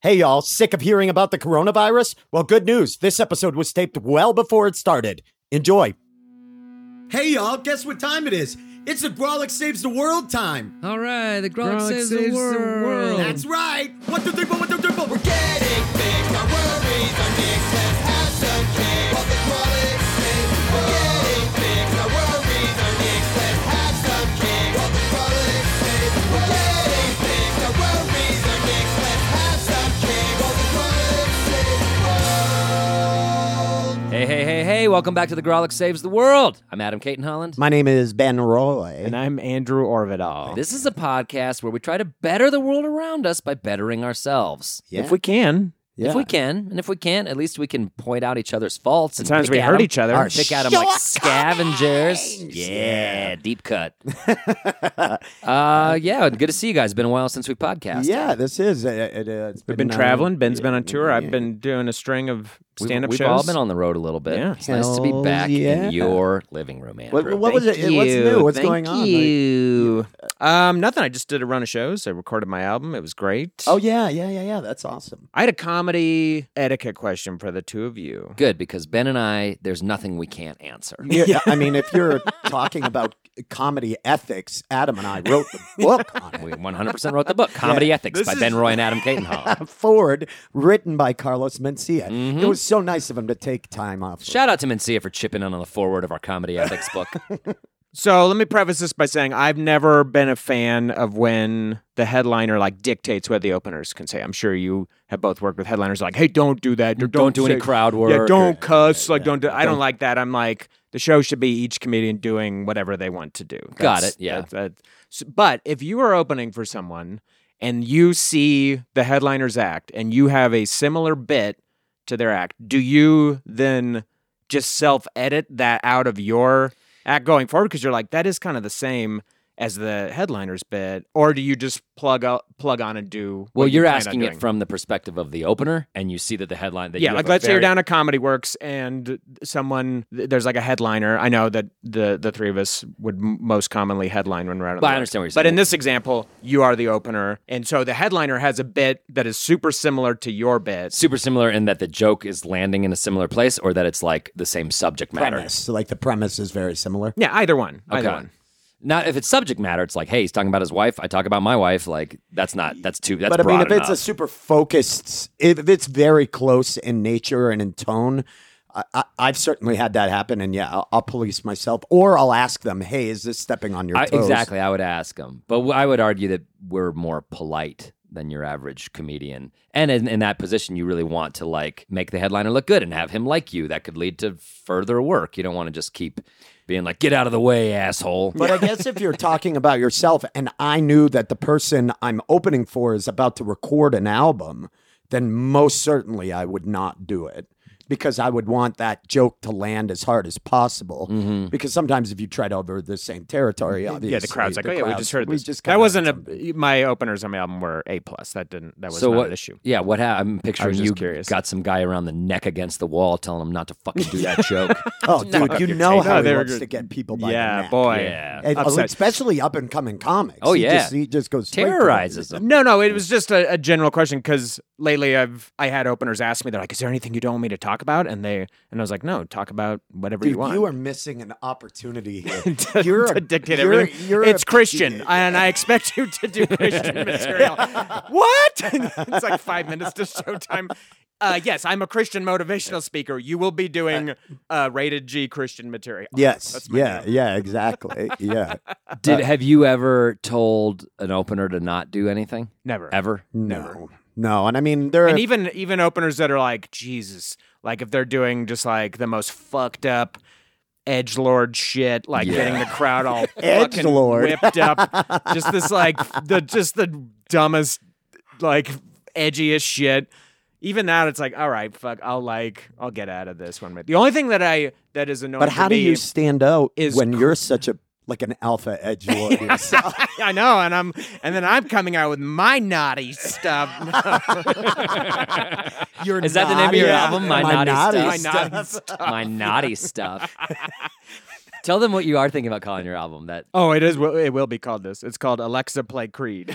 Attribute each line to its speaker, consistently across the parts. Speaker 1: Hey, y'all, sick of hearing about the coronavirus? Well, good news. This episode was taped well before it started. Enjoy. Hey, y'all, guess what time it is? It's the Grolic Saves the World time.
Speaker 2: All right, the Gronk,
Speaker 3: Gronk
Speaker 2: saves,
Speaker 3: saves
Speaker 2: the
Speaker 3: the
Speaker 2: world.
Speaker 3: world.
Speaker 1: That's right. One, two, three, four, one, two, three, four. We're
Speaker 4: Getting fixed, our worries are fixed, let's have some fixed. While the chronic sins grow. Getting fixed, our worries are fixed, let's have some fixed. While the chronic sins grow. Getting fixed, our worries are fixed, let's have some fixed. While the chronic sins grow.
Speaker 2: Hey, hey, hey, hey, welcome back to the Grolic Saves the World. I'm Adam Caton Holland.
Speaker 1: My name is Ben Roy.
Speaker 3: And I'm Andrew Orvidal.
Speaker 2: This is a podcast where we try to better the world around us by bettering ourselves.
Speaker 1: Yeah.
Speaker 3: If we can. Yeah.
Speaker 2: If we can, and if we can't, at least we can point out each other's faults. And
Speaker 3: Sometimes
Speaker 2: pick
Speaker 3: we
Speaker 2: at
Speaker 3: hurt
Speaker 2: 'em-
Speaker 3: each other.
Speaker 1: Our
Speaker 2: Pick at them like scavengers. Yeah, deep cut. uh, yeah, good to see you guys. Been a while since we podcasted.
Speaker 1: yeah, this is. Uh, it, uh, it's
Speaker 3: We've been
Speaker 1: uh,
Speaker 3: traveling. Ben's been on tour.
Speaker 1: yeah.
Speaker 3: I've been doing a string of
Speaker 2: We've-
Speaker 3: stand up
Speaker 2: we've
Speaker 3: shows.
Speaker 2: all been on the road a little bit.
Speaker 3: Yeah.
Speaker 2: It's nice to be
Speaker 1: Hell
Speaker 2: back
Speaker 1: yeah.
Speaker 2: in your living room, Andrew.
Speaker 1: What, what was it? What's new? What's going on? Like- uh,
Speaker 3: Um, nothing. I just did a run of shows. I recorded my album. It was great.
Speaker 1: oh, yeah, yeah, yeah, yeah. That's awesome.
Speaker 3: I had a comedy etiquette question for the two of you.
Speaker 2: Good, because Ben and I, there's nothing we can't answer.
Speaker 1: Yeah, I mean, if you're talking about comedy ethics, Adam and I wrote the book on it.
Speaker 2: We 100% wrote the book, Comedy Ethics
Speaker 3: This
Speaker 2: by
Speaker 3: is-
Speaker 2: Ben Roy and Adam Catenhall.
Speaker 1: Forward, written by Carlos Mencia.
Speaker 2: Mm-hmm.
Speaker 1: It was so nice of him to take time off.
Speaker 2: Shout out to Mencia for chipping in on the foreword of our Comedy Ethics book.
Speaker 3: So let me preface this by saying I've never been a fan of when the headliner like dictates what the openers can say. I'm sure you have both worked with headliners like, hey, don't do that. Or,
Speaker 2: Don't do any
Speaker 3: say-
Speaker 2: crowd
Speaker 3: Yeah,
Speaker 2: work
Speaker 3: don't
Speaker 2: or-
Speaker 3: cuss. like, don't. Do, I don't like that. I'm like, the show should be each comedian doing whatever they want to do.
Speaker 2: Got
Speaker 3: That's-
Speaker 2: it, yeah.
Speaker 3: That, that- s- but if you are opening for someone and you see the headliners act and you have a similar bit to their act, do you then just self edit that out of your act going forward? Because you're like, that is kind of the same as the headliners bit, or do you just plug up, plug on and do?
Speaker 2: Well,
Speaker 3: what you
Speaker 2: you're
Speaker 3: planned on
Speaker 2: asking it
Speaker 3: doing?
Speaker 2: from the perspective of the opener, and you see that the headline that
Speaker 3: yeah,
Speaker 2: you
Speaker 3: like
Speaker 2: have a
Speaker 3: let's say you're
Speaker 2: very-
Speaker 3: down at Comedy Works and someone th- there's like a headliner. I know that the the three of us would m- most commonly headline when we're out. On
Speaker 2: But
Speaker 3: the
Speaker 2: I
Speaker 3: road.
Speaker 2: understand what you're
Speaker 3: But
Speaker 2: saying.
Speaker 3: in this example, you are the opener, and so the headliner has a bit that is super similar to your bit.
Speaker 2: Super similar in that the joke is landing in a similar place, or that it's like the same subject matter.
Speaker 1: premise. Like the premise is very similar.
Speaker 3: Yeah, either one. Either
Speaker 2: Okay.
Speaker 3: one.
Speaker 2: Not if it's subject matter, it's like, hey, he's talking about his wife. I talk about my wife. Like that's not that's too that's
Speaker 1: but I mean,
Speaker 2: broad
Speaker 1: if it's a
Speaker 2: enough.
Speaker 1: super focused, if if it's very close in nature and in tone, I, I, I've certainly had that happen. And yeah, I'll, I'll police myself or I'll ask them, hey, is this stepping on your
Speaker 2: I,
Speaker 1: toes?
Speaker 2: exactly, I would ask him, but w- I would argue that we're more polite than your average comedian. And in, in that position, you really want to like make the headliner look good and have him like you. That could lead to further work. You don't want to just keep being like, "Get out of the way, asshole."
Speaker 1: But I guess if you're talking about yourself and I knew that the person I'm opening for is about to record an album, then most certainly I would not do it because I would want that joke to land as hard as possible. Because sometimes if you try to over the same territory, obviously.
Speaker 3: Mm-hmm. Yeah, the crowd's like, oh yeah, we just heard
Speaker 1: we
Speaker 3: this.
Speaker 1: just
Speaker 3: that
Speaker 1: kinda
Speaker 3: wasn't
Speaker 1: had some-
Speaker 3: a my openers on my album were a plus. That didn't that was
Speaker 2: so
Speaker 3: not
Speaker 2: what
Speaker 3: an issue.
Speaker 2: Yeah, what ha- I'm picturing
Speaker 3: just
Speaker 2: you
Speaker 3: curious.
Speaker 2: got some guy around the neck against the wall, telling him not to fucking do that joke.
Speaker 1: Oh, dude, you know
Speaker 3: No,
Speaker 1: how he
Speaker 3: they were
Speaker 1: wants
Speaker 3: good.
Speaker 1: to get people by the
Speaker 3: Yeah,
Speaker 1: neck.
Speaker 3: boy. Oh,
Speaker 2: Yeah.
Speaker 1: And-
Speaker 3: Upset.
Speaker 1: especially up and coming comics.
Speaker 2: Oh,
Speaker 1: He
Speaker 2: yeah.
Speaker 1: just, he just goes straight to them.
Speaker 2: Terrorizes him.
Speaker 3: No, no, it was just a, a general question because lately I've I had openers ask me they're like, "Is there anything you don't want me to talk about?" And they and I was like, "No, talk about whatever you
Speaker 1: Dude,
Speaker 3: want."
Speaker 1: you are missing an opportunity here.
Speaker 3: to,
Speaker 1: you're
Speaker 3: to
Speaker 1: a-
Speaker 3: dictate
Speaker 1: you're-
Speaker 3: everything.
Speaker 1: you're
Speaker 3: it's
Speaker 1: a-
Speaker 3: Christian, and I expect you to do Christian material. what? it's like five minutes to showtime. Uh, yes, I'm a Christian motivational speaker. You will be doing uh, rated G Christian material.
Speaker 1: Yes.
Speaker 3: That's my
Speaker 1: Yeah.
Speaker 3: job.
Speaker 1: Yeah. Exactly. Yeah.
Speaker 2: Did have you ever told an opener to not do anything?
Speaker 3: Never.
Speaker 2: Ever?
Speaker 1: No. No. And I mean, there.
Speaker 3: And
Speaker 1: are,
Speaker 3: even even openers that are like Jesus, like if they're doing just like the most fucked up edge lord shit, like getting the crowd all fucking
Speaker 1: Edgelord.
Speaker 3: whipped up, just this like the just the dumbest, like edgiest shit. Even that, it's like, all right, fuck, I'll like, I'll get out of this one. The only thing that I that is annoying.
Speaker 1: but
Speaker 3: to
Speaker 1: how do
Speaker 3: me-
Speaker 1: you stand out
Speaker 3: is
Speaker 1: when you're such a like an alpha edge lord yourself?
Speaker 3: I know, and I'm, and then I'm coming out with my naughty stuff.
Speaker 1: You're
Speaker 2: Is that the name of
Speaker 1: naughty.
Speaker 2: your album? My, naughty,
Speaker 1: naughty
Speaker 2: stuff. My naughty stuff. Tell them what you are thinking about calling your album. That
Speaker 3: Oh, it is. It will be called this. It's called Alexa Play Creed.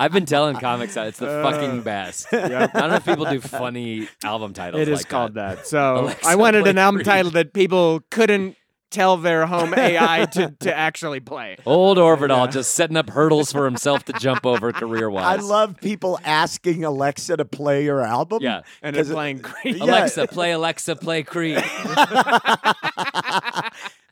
Speaker 2: I've been telling comics that it's the fucking best. I don't know if people do funny album titles.
Speaker 3: it is
Speaker 2: like
Speaker 3: called
Speaker 2: that.
Speaker 3: that. So
Speaker 2: Alexa
Speaker 3: I wanted
Speaker 2: Play
Speaker 3: an album
Speaker 2: Creed.
Speaker 3: title that people couldn't tell their home AI to, to actually play.
Speaker 2: Old Orvidal just setting up hurdles for himself to jump over career
Speaker 1: I
Speaker 2: wise.
Speaker 1: love people asking Alexa to play your album.
Speaker 2: Yeah.
Speaker 3: And
Speaker 1: 'Cause
Speaker 3: it's playing Creed.
Speaker 1: Yeah.
Speaker 2: Alexa, play Alexa, play Creed.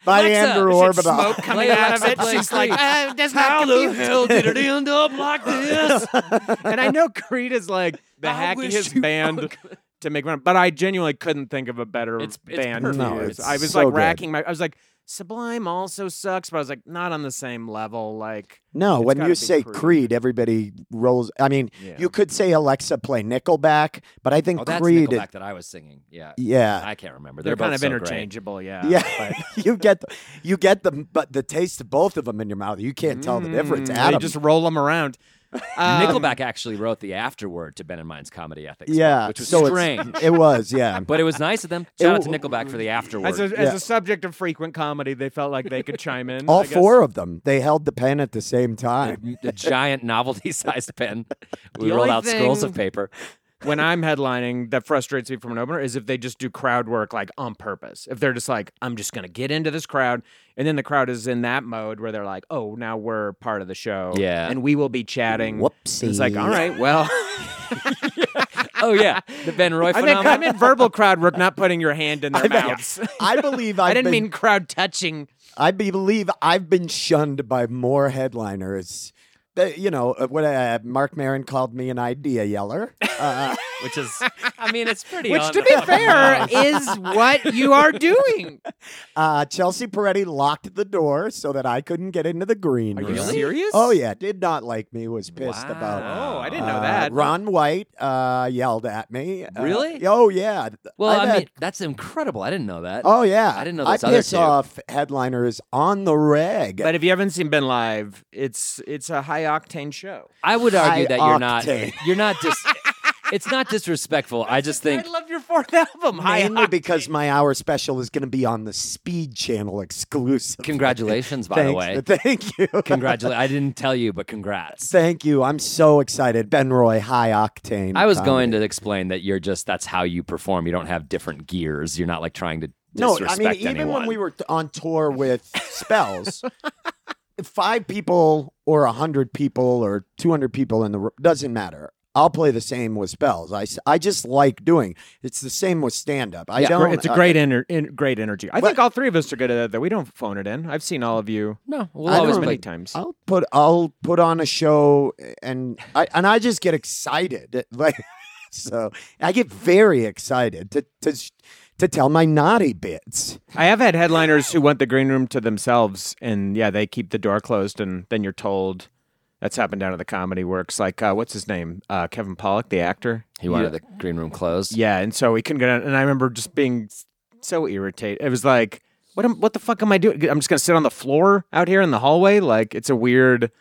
Speaker 1: by
Speaker 2: Alexa,
Speaker 1: Andrew
Speaker 2: is
Speaker 1: Orbital.
Speaker 3: Smoke coming out of it.
Speaker 2: Alexa Play
Speaker 3: She's like,
Speaker 2: Creed.
Speaker 3: uh, that's not compute.
Speaker 2: hell did it end up like this? Oh,
Speaker 3: And I know Creed is like the
Speaker 2: I wish
Speaker 3: hackiest
Speaker 2: you
Speaker 3: band to make fun of, but I genuinely couldn't think of a better
Speaker 2: It's- it's
Speaker 3: band.
Speaker 2: perfect.
Speaker 3: to
Speaker 1: No,
Speaker 3: use.
Speaker 1: it's
Speaker 3: I was
Speaker 1: so
Speaker 3: like
Speaker 1: good.
Speaker 3: racking my. I was like, Sublime also sucks, but I was like, not on the same level. Like,
Speaker 1: No,
Speaker 3: It's
Speaker 1: when
Speaker 3: gotta be
Speaker 1: you say
Speaker 3: Creed.
Speaker 1: Creed. everybody rolls. I mean,
Speaker 3: Yeah.
Speaker 1: you could say Alexa play Nickelback, but I think
Speaker 2: Oh, that's
Speaker 1: Creed.
Speaker 2: Nickelback that I was singing. Yeah.
Speaker 1: Yeah,
Speaker 2: I can't remember.
Speaker 3: they're,
Speaker 2: They're,
Speaker 3: kind
Speaker 2: both
Speaker 3: of
Speaker 2: so great.
Speaker 3: interchangeable. Yeah.
Speaker 1: yeah. you get the, you get the but the taste of both of them in your mouth. You can't tell the difference.
Speaker 3: Mm,
Speaker 1: Adam,
Speaker 3: They just roll them around. Um,
Speaker 2: Nickelback actually wrote the afterword to Ben and Mine's comedy ethics. book,
Speaker 1: yeah,
Speaker 2: which was
Speaker 1: so it's-
Speaker 2: strange.
Speaker 1: It was, yeah.
Speaker 2: but it was nice of them. Shout out to
Speaker 1: w-
Speaker 2: Nickelback for the afterword.
Speaker 3: As a, as
Speaker 1: Yeah.
Speaker 3: a subject of frequent comedy, they felt like they could chime in.
Speaker 1: All
Speaker 3: I guess.
Speaker 1: four of them. They held the pen at the same time.
Speaker 2: a giant novelty-sized pen. We
Speaker 3: The
Speaker 2: rolled
Speaker 3: only
Speaker 2: out scrolls of
Speaker 3: thing-
Speaker 2: paper.
Speaker 3: when I'm headlining, that frustrates me from an opener is if they just do crowd work like on purpose. If they're just like, I'm just gonna get into this crowd, and then the crowd is in that mode where they're like, Oh, now we're part of the show,
Speaker 2: Yeah.
Speaker 3: and we will be chatting. And It's like,
Speaker 1: Whoopsie.
Speaker 3: all right, well,
Speaker 2: Oh yeah, the Ben Roy
Speaker 3: I meant,
Speaker 2: phenomenon.
Speaker 3: I meant verbal crowd work, not putting your hand in their mouths.
Speaker 1: I believe I've
Speaker 3: I didn't
Speaker 1: been,
Speaker 3: mean crowd touching.
Speaker 1: I believe I've been shunned by more headliners. That, you know uh, what? Uh, Mark Maron called me an idea yeller. Uh,
Speaker 2: which is, I mean, it's pretty.
Speaker 3: Which,
Speaker 2: on
Speaker 3: to
Speaker 2: the
Speaker 3: be
Speaker 2: fucking
Speaker 3: fair,
Speaker 2: nose.
Speaker 3: is what you are doing.
Speaker 1: uh, Chelsea Peretti locked the door so that I couldn't get into the green
Speaker 3: Are
Speaker 1: room.
Speaker 3: you serious?
Speaker 1: Oh yeah, did not like me. Was pissed about.
Speaker 2: Wow.
Speaker 3: Oh, I didn't know
Speaker 1: Uh,
Speaker 3: that.
Speaker 1: Ron White uh, yelled at me. Uh,
Speaker 2: Really?
Speaker 1: oh yeah.
Speaker 2: well,
Speaker 1: I've
Speaker 2: I
Speaker 1: had-
Speaker 2: mean, that's incredible. I didn't know that.
Speaker 1: Oh yeah.
Speaker 2: I didn't know
Speaker 1: I
Speaker 2: those other
Speaker 1: piss
Speaker 2: two.
Speaker 1: off headliners on the reg.
Speaker 3: But if you haven't seen Ben live, it's it's a high octane show.
Speaker 2: I would argue
Speaker 1: High
Speaker 2: that you're
Speaker 1: octane.
Speaker 2: not. You're not just. it's not disrespectful. I just think.
Speaker 3: I love your fourth album, High
Speaker 1: mainly because my hour special is going to be on the Speed Channel exclusive.
Speaker 2: Congratulations, by the
Speaker 1: Thanks.
Speaker 2: way.
Speaker 1: Thank you.
Speaker 2: Congratulations. I didn't tell you, but congrats.
Speaker 1: Thank you. I'm so excited. Ben Roy, high octane.
Speaker 2: I was
Speaker 1: comedy.
Speaker 2: going to explain that you're just that's how you perform. You don't have different gears. You're not like trying to
Speaker 1: No,
Speaker 2: disrespect
Speaker 1: I mean, even
Speaker 2: anyone.
Speaker 1: when we were t- on tour with Spells, five people or a hundred people or two hundred people in the room doesn't matter. I'll play the same with Spells. I, s- I just like doing. It's the same with stand up. I
Speaker 3: Yeah,
Speaker 1: don't. uh,
Speaker 3: it's a
Speaker 1: I-
Speaker 3: great ener- in- great energy. I
Speaker 1: But-
Speaker 3: think all three of us are good at that. We don't phone it in. I've seen all of you
Speaker 2: no, we'll
Speaker 1: I
Speaker 2: always
Speaker 1: don't
Speaker 2: play
Speaker 3: many times.
Speaker 1: I'll put I'll put on a show and I and I just get excited like so I get very excited to to to tell my naughty bits.
Speaker 3: I have had headliners who want the green room to themselves, and yeah, they keep the door closed, and then you're told. That's happened down at the comedy works. Like, uh, what's his name? Uh, Kevin Pollock, the actor.
Speaker 2: He wanted the green room closed.
Speaker 3: Yeah, and so we couldn't go down. And I remember just being so irritated. It was like, what am, what the fuck am I doing? I'm just gonna sit on the floor out here in the hallway. Like, it's a weird.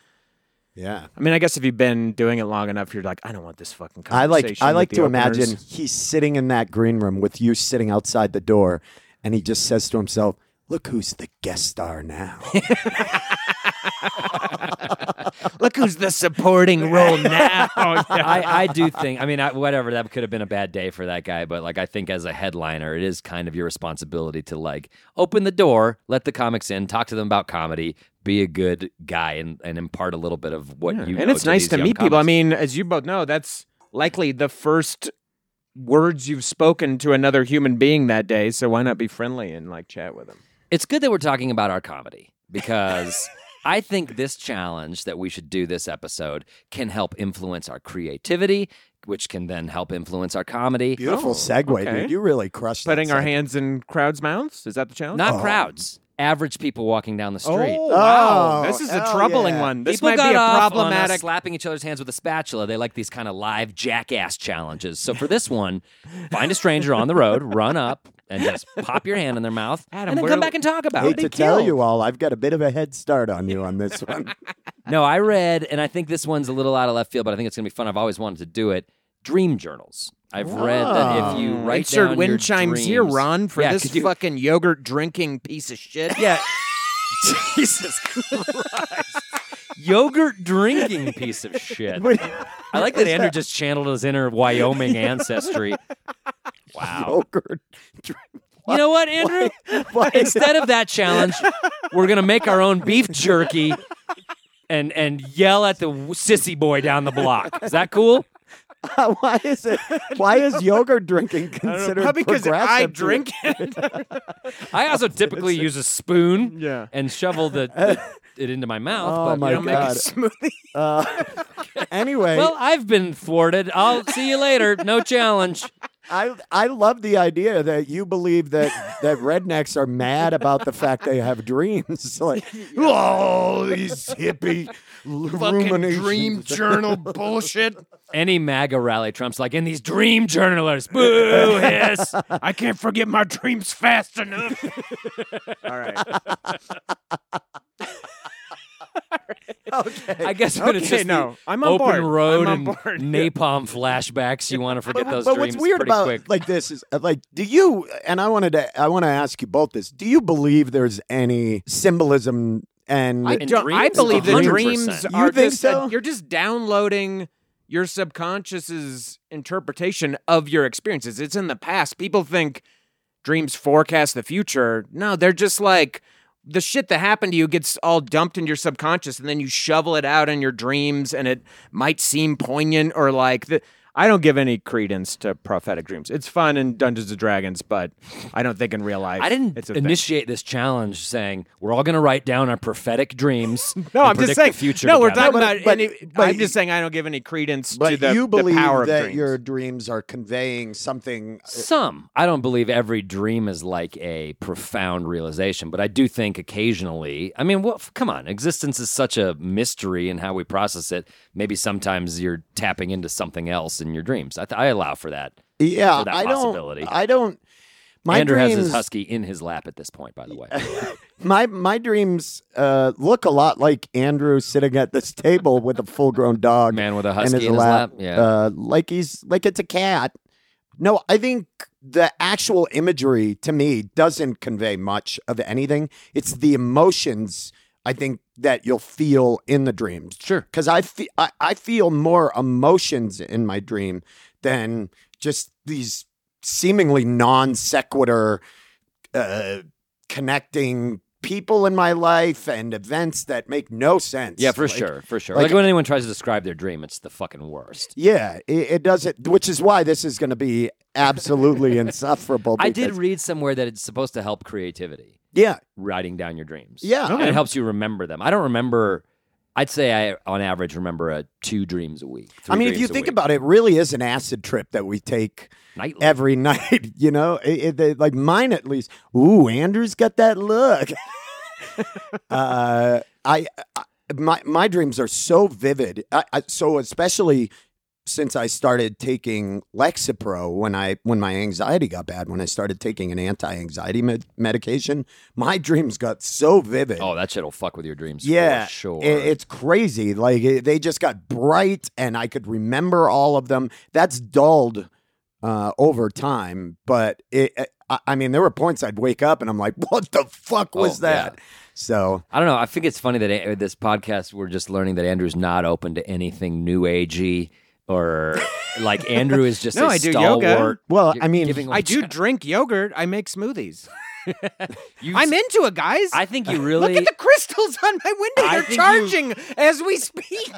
Speaker 1: Yeah.
Speaker 3: I mean, I guess if you've been doing it long enough, you're like, I don't want this fucking
Speaker 1: I
Speaker 3: conversation.
Speaker 1: like I
Speaker 3: with
Speaker 1: like
Speaker 3: the
Speaker 1: to
Speaker 3: openers."
Speaker 1: imagine he's sitting in that green room with you sitting outside the door and he just says to himself, "Look who's the guest star now."
Speaker 3: Oh, Look who's the supporting
Speaker 2: Oh,
Speaker 3: role now.
Speaker 2: I, I do think I mean I, whatever that could have been a bad day for that guy but like I think as a headliner it is kind of your responsibility to like open the door let the comics in talk to them about comedy be a good guy and, and impart a little bit of what you
Speaker 3: and
Speaker 2: know
Speaker 3: it's nice
Speaker 2: these
Speaker 3: to
Speaker 2: young
Speaker 3: meet people. I
Speaker 2: comics.
Speaker 3: mean, as you both know, that's likely the first words you've spoken to another human being that day. So why not be friendly and like chat with them?
Speaker 2: it's good that we're talking about our comedy because I think this challenge that we should do this episode can help influence our creativity, which can then help influence our comedy.
Speaker 1: Beautiful segue,
Speaker 3: okay.
Speaker 1: dude. You really crushed that
Speaker 3: Putting our
Speaker 1: segue.
Speaker 3: hands in crowds' mouths is that the challenge?
Speaker 2: Not crowds, average people walking down the street.
Speaker 3: Oh, wow.
Speaker 1: Oh,
Speaker 3: this is a
Speaker 1: hell
Speaker 3: troubling
Speaker 1: yeah.
Speaker 3: one. This
Speaker 2: People
Speaker 3: might
Speaker 2: got
Speaker 3: be a
Speaker 2: off on us
Speaker 3: problematic.
Speaker 2: slapping each other's hands with a spatula. They like these kind of live jackass challenges. So for this one, find a stranger on the road, run up, and just pop your hand in their mouth,
Speaker 3: Adam,
Speaker 2: and then
Speaker 3: we're-
Speaker 2: come back and talk about
Speaker 1: Hate
Speaker 2: it.
Speaker 1: to tell you all, I've got a bit of a head start on you on this one.
Speaker 2: No, I read, and I think this one's a little out of left field, but I think it's going to be fun. I've always wanted to do it. Dream journals. I've read that if you write
Speaker 3: Insert
Speaker 2: down
Speaker 3: wind
Speaker 2: your
Speaker 3: chimes
Speaker 2: dreams,
Speaker 3: here, Ron, for
Speaker 2: Yeah,
Speaker 3: this
Speaker 2: could you-
Speaker 3: fucking yogurt drinking piece of shit.
Speaker 2: Yeah. Jesus Christ. Yogurt drinking piece of shit. I like that Andrew just channeled his inner Wyoming ancestry. Wow.
Speaker 1: Yogurt.
Speaker 2: You know what, Andrew?
Speaker 1: Why is that?
Speaker 2: Instead of that challenge, we're gonna make our own beef jerky and and yell at the w- sissy boy down the block. Is that cool?
Speaker 1: Why is it? Why is yogurt drinking considered
Speaker 3: Probably because I
Speaker 1: progressive?
Speaker 3: drink it.
Speaker 2: I also typically use a spoon
Speaker 3: Yeah.
Speaker 2: and shovel the, the- it into my mouth.
Speaker 1: Oh
Speaker 2: but
Speaker 1: my
Speaker 2: you know,
Speaker 3: Make a
Speaker 1: God.
Speaker 3: smoothie.
Speaker 1: Uh, anyway,
Speaker 2: Well, I've been thwarted. I'll see you later. No challenge.
Speaker 1: I I love the idea that you believe that that rednecks are mad about the fact they have dreams. like, oh, these hippie l- ruminations.
Speaker 3: journal bullshit.
Speaker 2: Any MAGA rally, Trump's like, and these dream journalers, boo hiss.
Speaker 3: I can't forget my dreams fast enough. All right.
Speaker 2: I guess when it's
Speaker 3: Okay,
Speaker 2: just
Speaker 3: no,
Speaker 2: the
Speaker 3: I'm on
Speaker 2: open
Speaker 3: board.
Speaker 2: road
Speaker 3: I'm on
Speaker 2: and
Speaker 3: board, yeah.
Speaker 2: napalm flashbacks, you want to forget those
Speaker 1: but
Speaker 2: dreams
Speaker 1: what's weird
Speaker 2: pretty
Speaker 1: about
Speaker 2: quick.
Speaker 1: like this is uh, like do you and i wanted to i want to ask you both this do you believe there's any symbolism and
Speaker 2: And
Speaker 3: Don't- I
Speaker 2: dreams,
Speaker 3: believe the
Speaker 2: 100%.
Speaker 3: dreams
Speaker 1: You
Speaker 3: are
Speaker 1: think
Speaker 3: just a-
Speaker 1: so?
Speaker 3: you're just downloading your subconscious's interpretation of your experiences. It's in the past. People think dreams forecast the future. No, they're just like the shit that happened to you gets all dumped in your subconscious and then you shovel it out in your dreams and it might seem poignant or like the I don't give any credence to prophetic dreams. It's fun in Dungeons and Dragons, but I don't think in real life.
Speaker 2: I
Speaker 3: it's
Speaker 2: didn't
Speaker 3: a thing.
Speaker 2: initiate this challenge saying we're all going to write down our prophetic dreams.
Speaker 3: No,
Speaker 2: and
Speaker 3: I'm just
Speaker 2: predict the
Speaker 3: saying.
Speaker 2: future.
Speaker 3: no, we're
Speaker 2: together.
Speaker 3: talking
Speaker 1: No, but-
Speaker 3: about.
Speaker 1: but-
Speaker 3: any,
Speaker 1: but
Speaker 3: I'm
Speaker 1: you-
Speaker 3: just saying I don't give any credence to
Speaker 1: but
Speaker 3: the,
Speaker 1: you
Speaker 3: the
Speaker 1: believe
Speaker 3: power of
Speaker 1: that
Speaker 3: dreams.
Speaker 1: your dreams are conveying something
Speaker 2: Some. I don't believe every dream is like a profound realization, but I do think occasionally, I mean, what, come on, existence is such a mystery in how we process it. Maybe sometimes you're tapping into something else in your dreams. I, th- I allow for that.
Speaker 1: yeah
Speaker 2: that
Speaker 1: i
Speaker 2: possibility.
Speaker 1: don't i don't my
Speaker 2: Andrew
Speaker 1: dreams
Speaker 2: has his husky in his lap at this point, by the way.
Speaker 1: my my dreams uh, look a lot like andrew sitting at this table with a full-grown dog
Speaker 2: Man with a
Speaker 1: and
Speaker 2: husky in his lap. Yeah.
Speaker 1: uh, like he's like it's a cat. No, I think the actual imagery to me doesn't convey much of anything. It's the emotions I think that you'll feel in the dreams.
Speaker 2: Sure.
Speaker 1: because I, fe- I I feel more emotions in my dream than just these seemingly non sequitur uh, connecting people in my life and events that make no sense.
Speaker 2: yeah, for
Speaker 1: Like,
Speaker 2: sure. For sure.
Speaker 1: like-
Speaker 2: Like, when anyone tries to describe their dream, it's the fucking worst.
Speaker 1: Yeah, it, it doesn't, which is why this is going to be absolutely insufferable.
Speaker 2: I did
Speaker 1: because-
Speaker 2: read somewhere that it's supposed to help creativity,
Speaker 1: yeah,
Speaker 2: writing down your dreams.
Speaker 1: yeah.
Speaker 2: And it helps you remember them. I don't remember. I'd say I, on average, remember uh, two dreams a week.
Speaker 1: I
Speaker 2: three
Speaker 1: mean, if
Speaker 2: dreams
Speaker 1: you
Speaker 2: a
Speaker 1: think
Speaker 2: week,
Speaker 1: about it, it really is an acid trip that we take
Speaker 2: nightly,
Speaker 1: every night, you know? It- it- they- like mine, at least. Ooh, Andrew's got that look. uh, I, I my, my dreams are so vivid. I, I, so, especially since I started taking Lexapro when I when my anxiety got bad, when I started taking an anti-anxiety med- medication, my dreams got so vivid.
Speaker 2: oh, that shit'll fuck with your dreams.
Speaker 1: Yeah,
Speaker 2: for sure.
Speaker 1: i- it's crazy. Like it, they just got bright, and I could remember all of them. That's dulled uh, over time, but it, I, I mean, there were points I'd wake up and I'm like, "What the fuck
Speaker 2: Oh,
Speaker 1: was
Speaker 2: yeah.
Speaker 1: that?" So
Speaker 2: I don't know. I think it's funny that uh, this podcast we're just learning that Andrew's not open to anything new agey or like Andrew is just
Speaker 3: No,
Speaker 2: a
Speaker 3: I do
Speaker 2: stalwart.
Speaker 3: yoga.
Speaker 1: Well,
Speaker 2: You're
Speaker 1: I mean,
Speaker 2: giving
Speaker 3: I do
Speaker 2: like-
Speaker 3: drink yogurt. I make smoothies.
Speaker 2: You,
Speaker 3: I'm into it, guys.
Speaker 2: I think you really.
Speaker 3: Look at the crystals on my window.
Speaker 2: I
Speaker 3: They're
Speaker 2: think you-
Speaker 3: charging as we speak.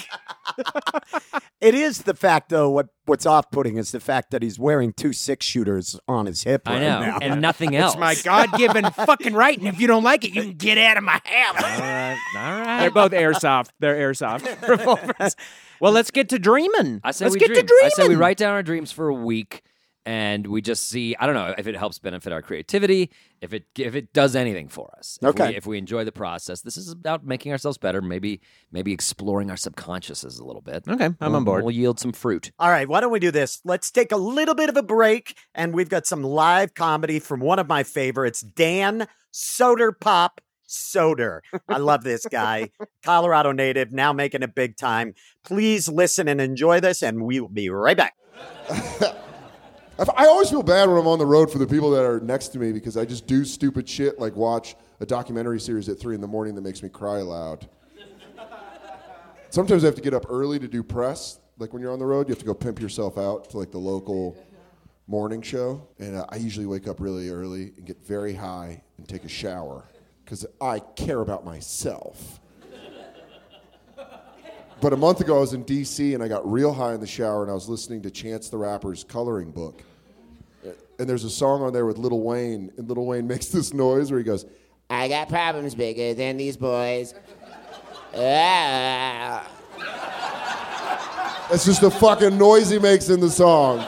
Speaker 1: it is the fact, though. What what's off putting is the fact that he's wearing two six shooters on his hip
Speaker 2: I
Speaker 1: right
Speaker 2: know,
Speaker 1: now.
Speaker 2: and nothing else.
Speaker 3: My God-given fucking right. And if you don't like it, you can get out of my
Speaker 2: All
Speaker 3: house.
Speaker 2: right, all right.
Speaker 3: They're both airsoft. They're airsoft revolvers. Well, let's get to dreaming.
Speaker 2: I say
Speaker 3: let's
Speaker 2: we
Speaker 3: get
Speaker 2: dream.
Speaker 3: to dreaming.
Speaker 2: I say we write down our dreams for a week, and we just see. I don't know if it helps benefit our creativity, if it if it does anything for us. If
Speaker 1: Okay.
Speaker 2: we, if we enjoy the process, this is about making ourselves better. Maybe maybe exploring our subconsciouses a little bit.
Speaker 3: Okay, I'm on
Speaker 2: We'll-
Speaker 3: board.
Speaker 2: We'll yield some fruit.
Speaker 1: All right, why don't we do this? Let's take a little bit of a break, and we've got some live comedy from one of my favorites, Dan Soderpop Soder. I love this guy, Colorado native, now making it big time. Please listen and enjoy this, and we will be right back.
Speaker 5: I f- I always feel bad when I'm on the road for the people that are next to me because I just do stupid shit like watch a documentary series at three in the morning that makes me cry loud. Sometimes I have to get up early to do press. Like when you're on the road, you have to go pimp yourself out to like the local morning show. And uh, I usually wake up really early and get very high and take a shower because I care about myself. But a month ago, I was in D.C. and I got real high in the shower and I was listening to Chance the Rapper's coloring book. And there's a song on there with Lil Wayne, and Lil Wayne makes this noise where he goes,
Speaker 6: I got problems bigger than these boys. Ah.
Speaker 5: That's just the fucking noise he makes in the song.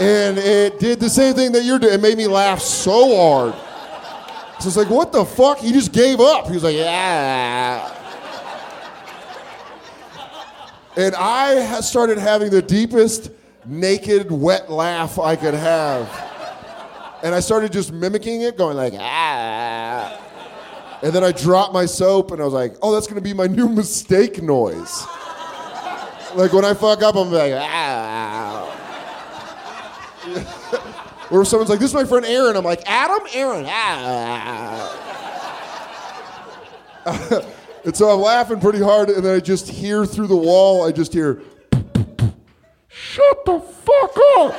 Speaker 5: And it did the same thing that you're doing. It made me laugh so hard. So it's like, what the fuck? He just gave up. He was like, yeah. And I ha- started having the deepest, naked, wet laugh I could have. And I started just mimicking it, going like, ah. And then I dropped my soap and I was like, oh, that's gonna be my new mistake noise. Like when I fuck up, I'm like, ah. or if someone's like, this is my friend Aaron, I'm like, Adam, Aaron, ah. and so I'm laughing pretty hard, and then I just hear through the wall, I just hear, shut the fuck up.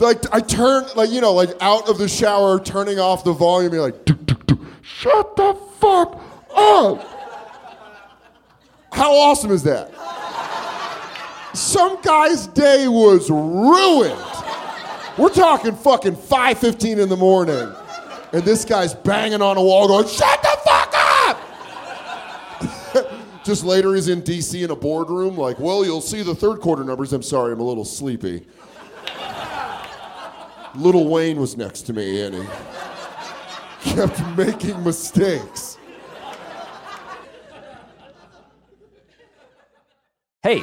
Speaker 5: like I turn, like you know, like out of the shower, turning off the volume, you're like, shut the fuck up. How awesome is that? Some guy's day was ruined. We're talking fucking 5:15 in the morning, and this guy's banging on a wall, going, "Shut the fuck up!" Just later, he's in D.C. in a boardroom, like, "Well, you'll see the third quarter numbers." I'm sorry, I'm a little sleepy. little Wayne was next to me, and he kept making mistakes.
Speaker 7: Hey,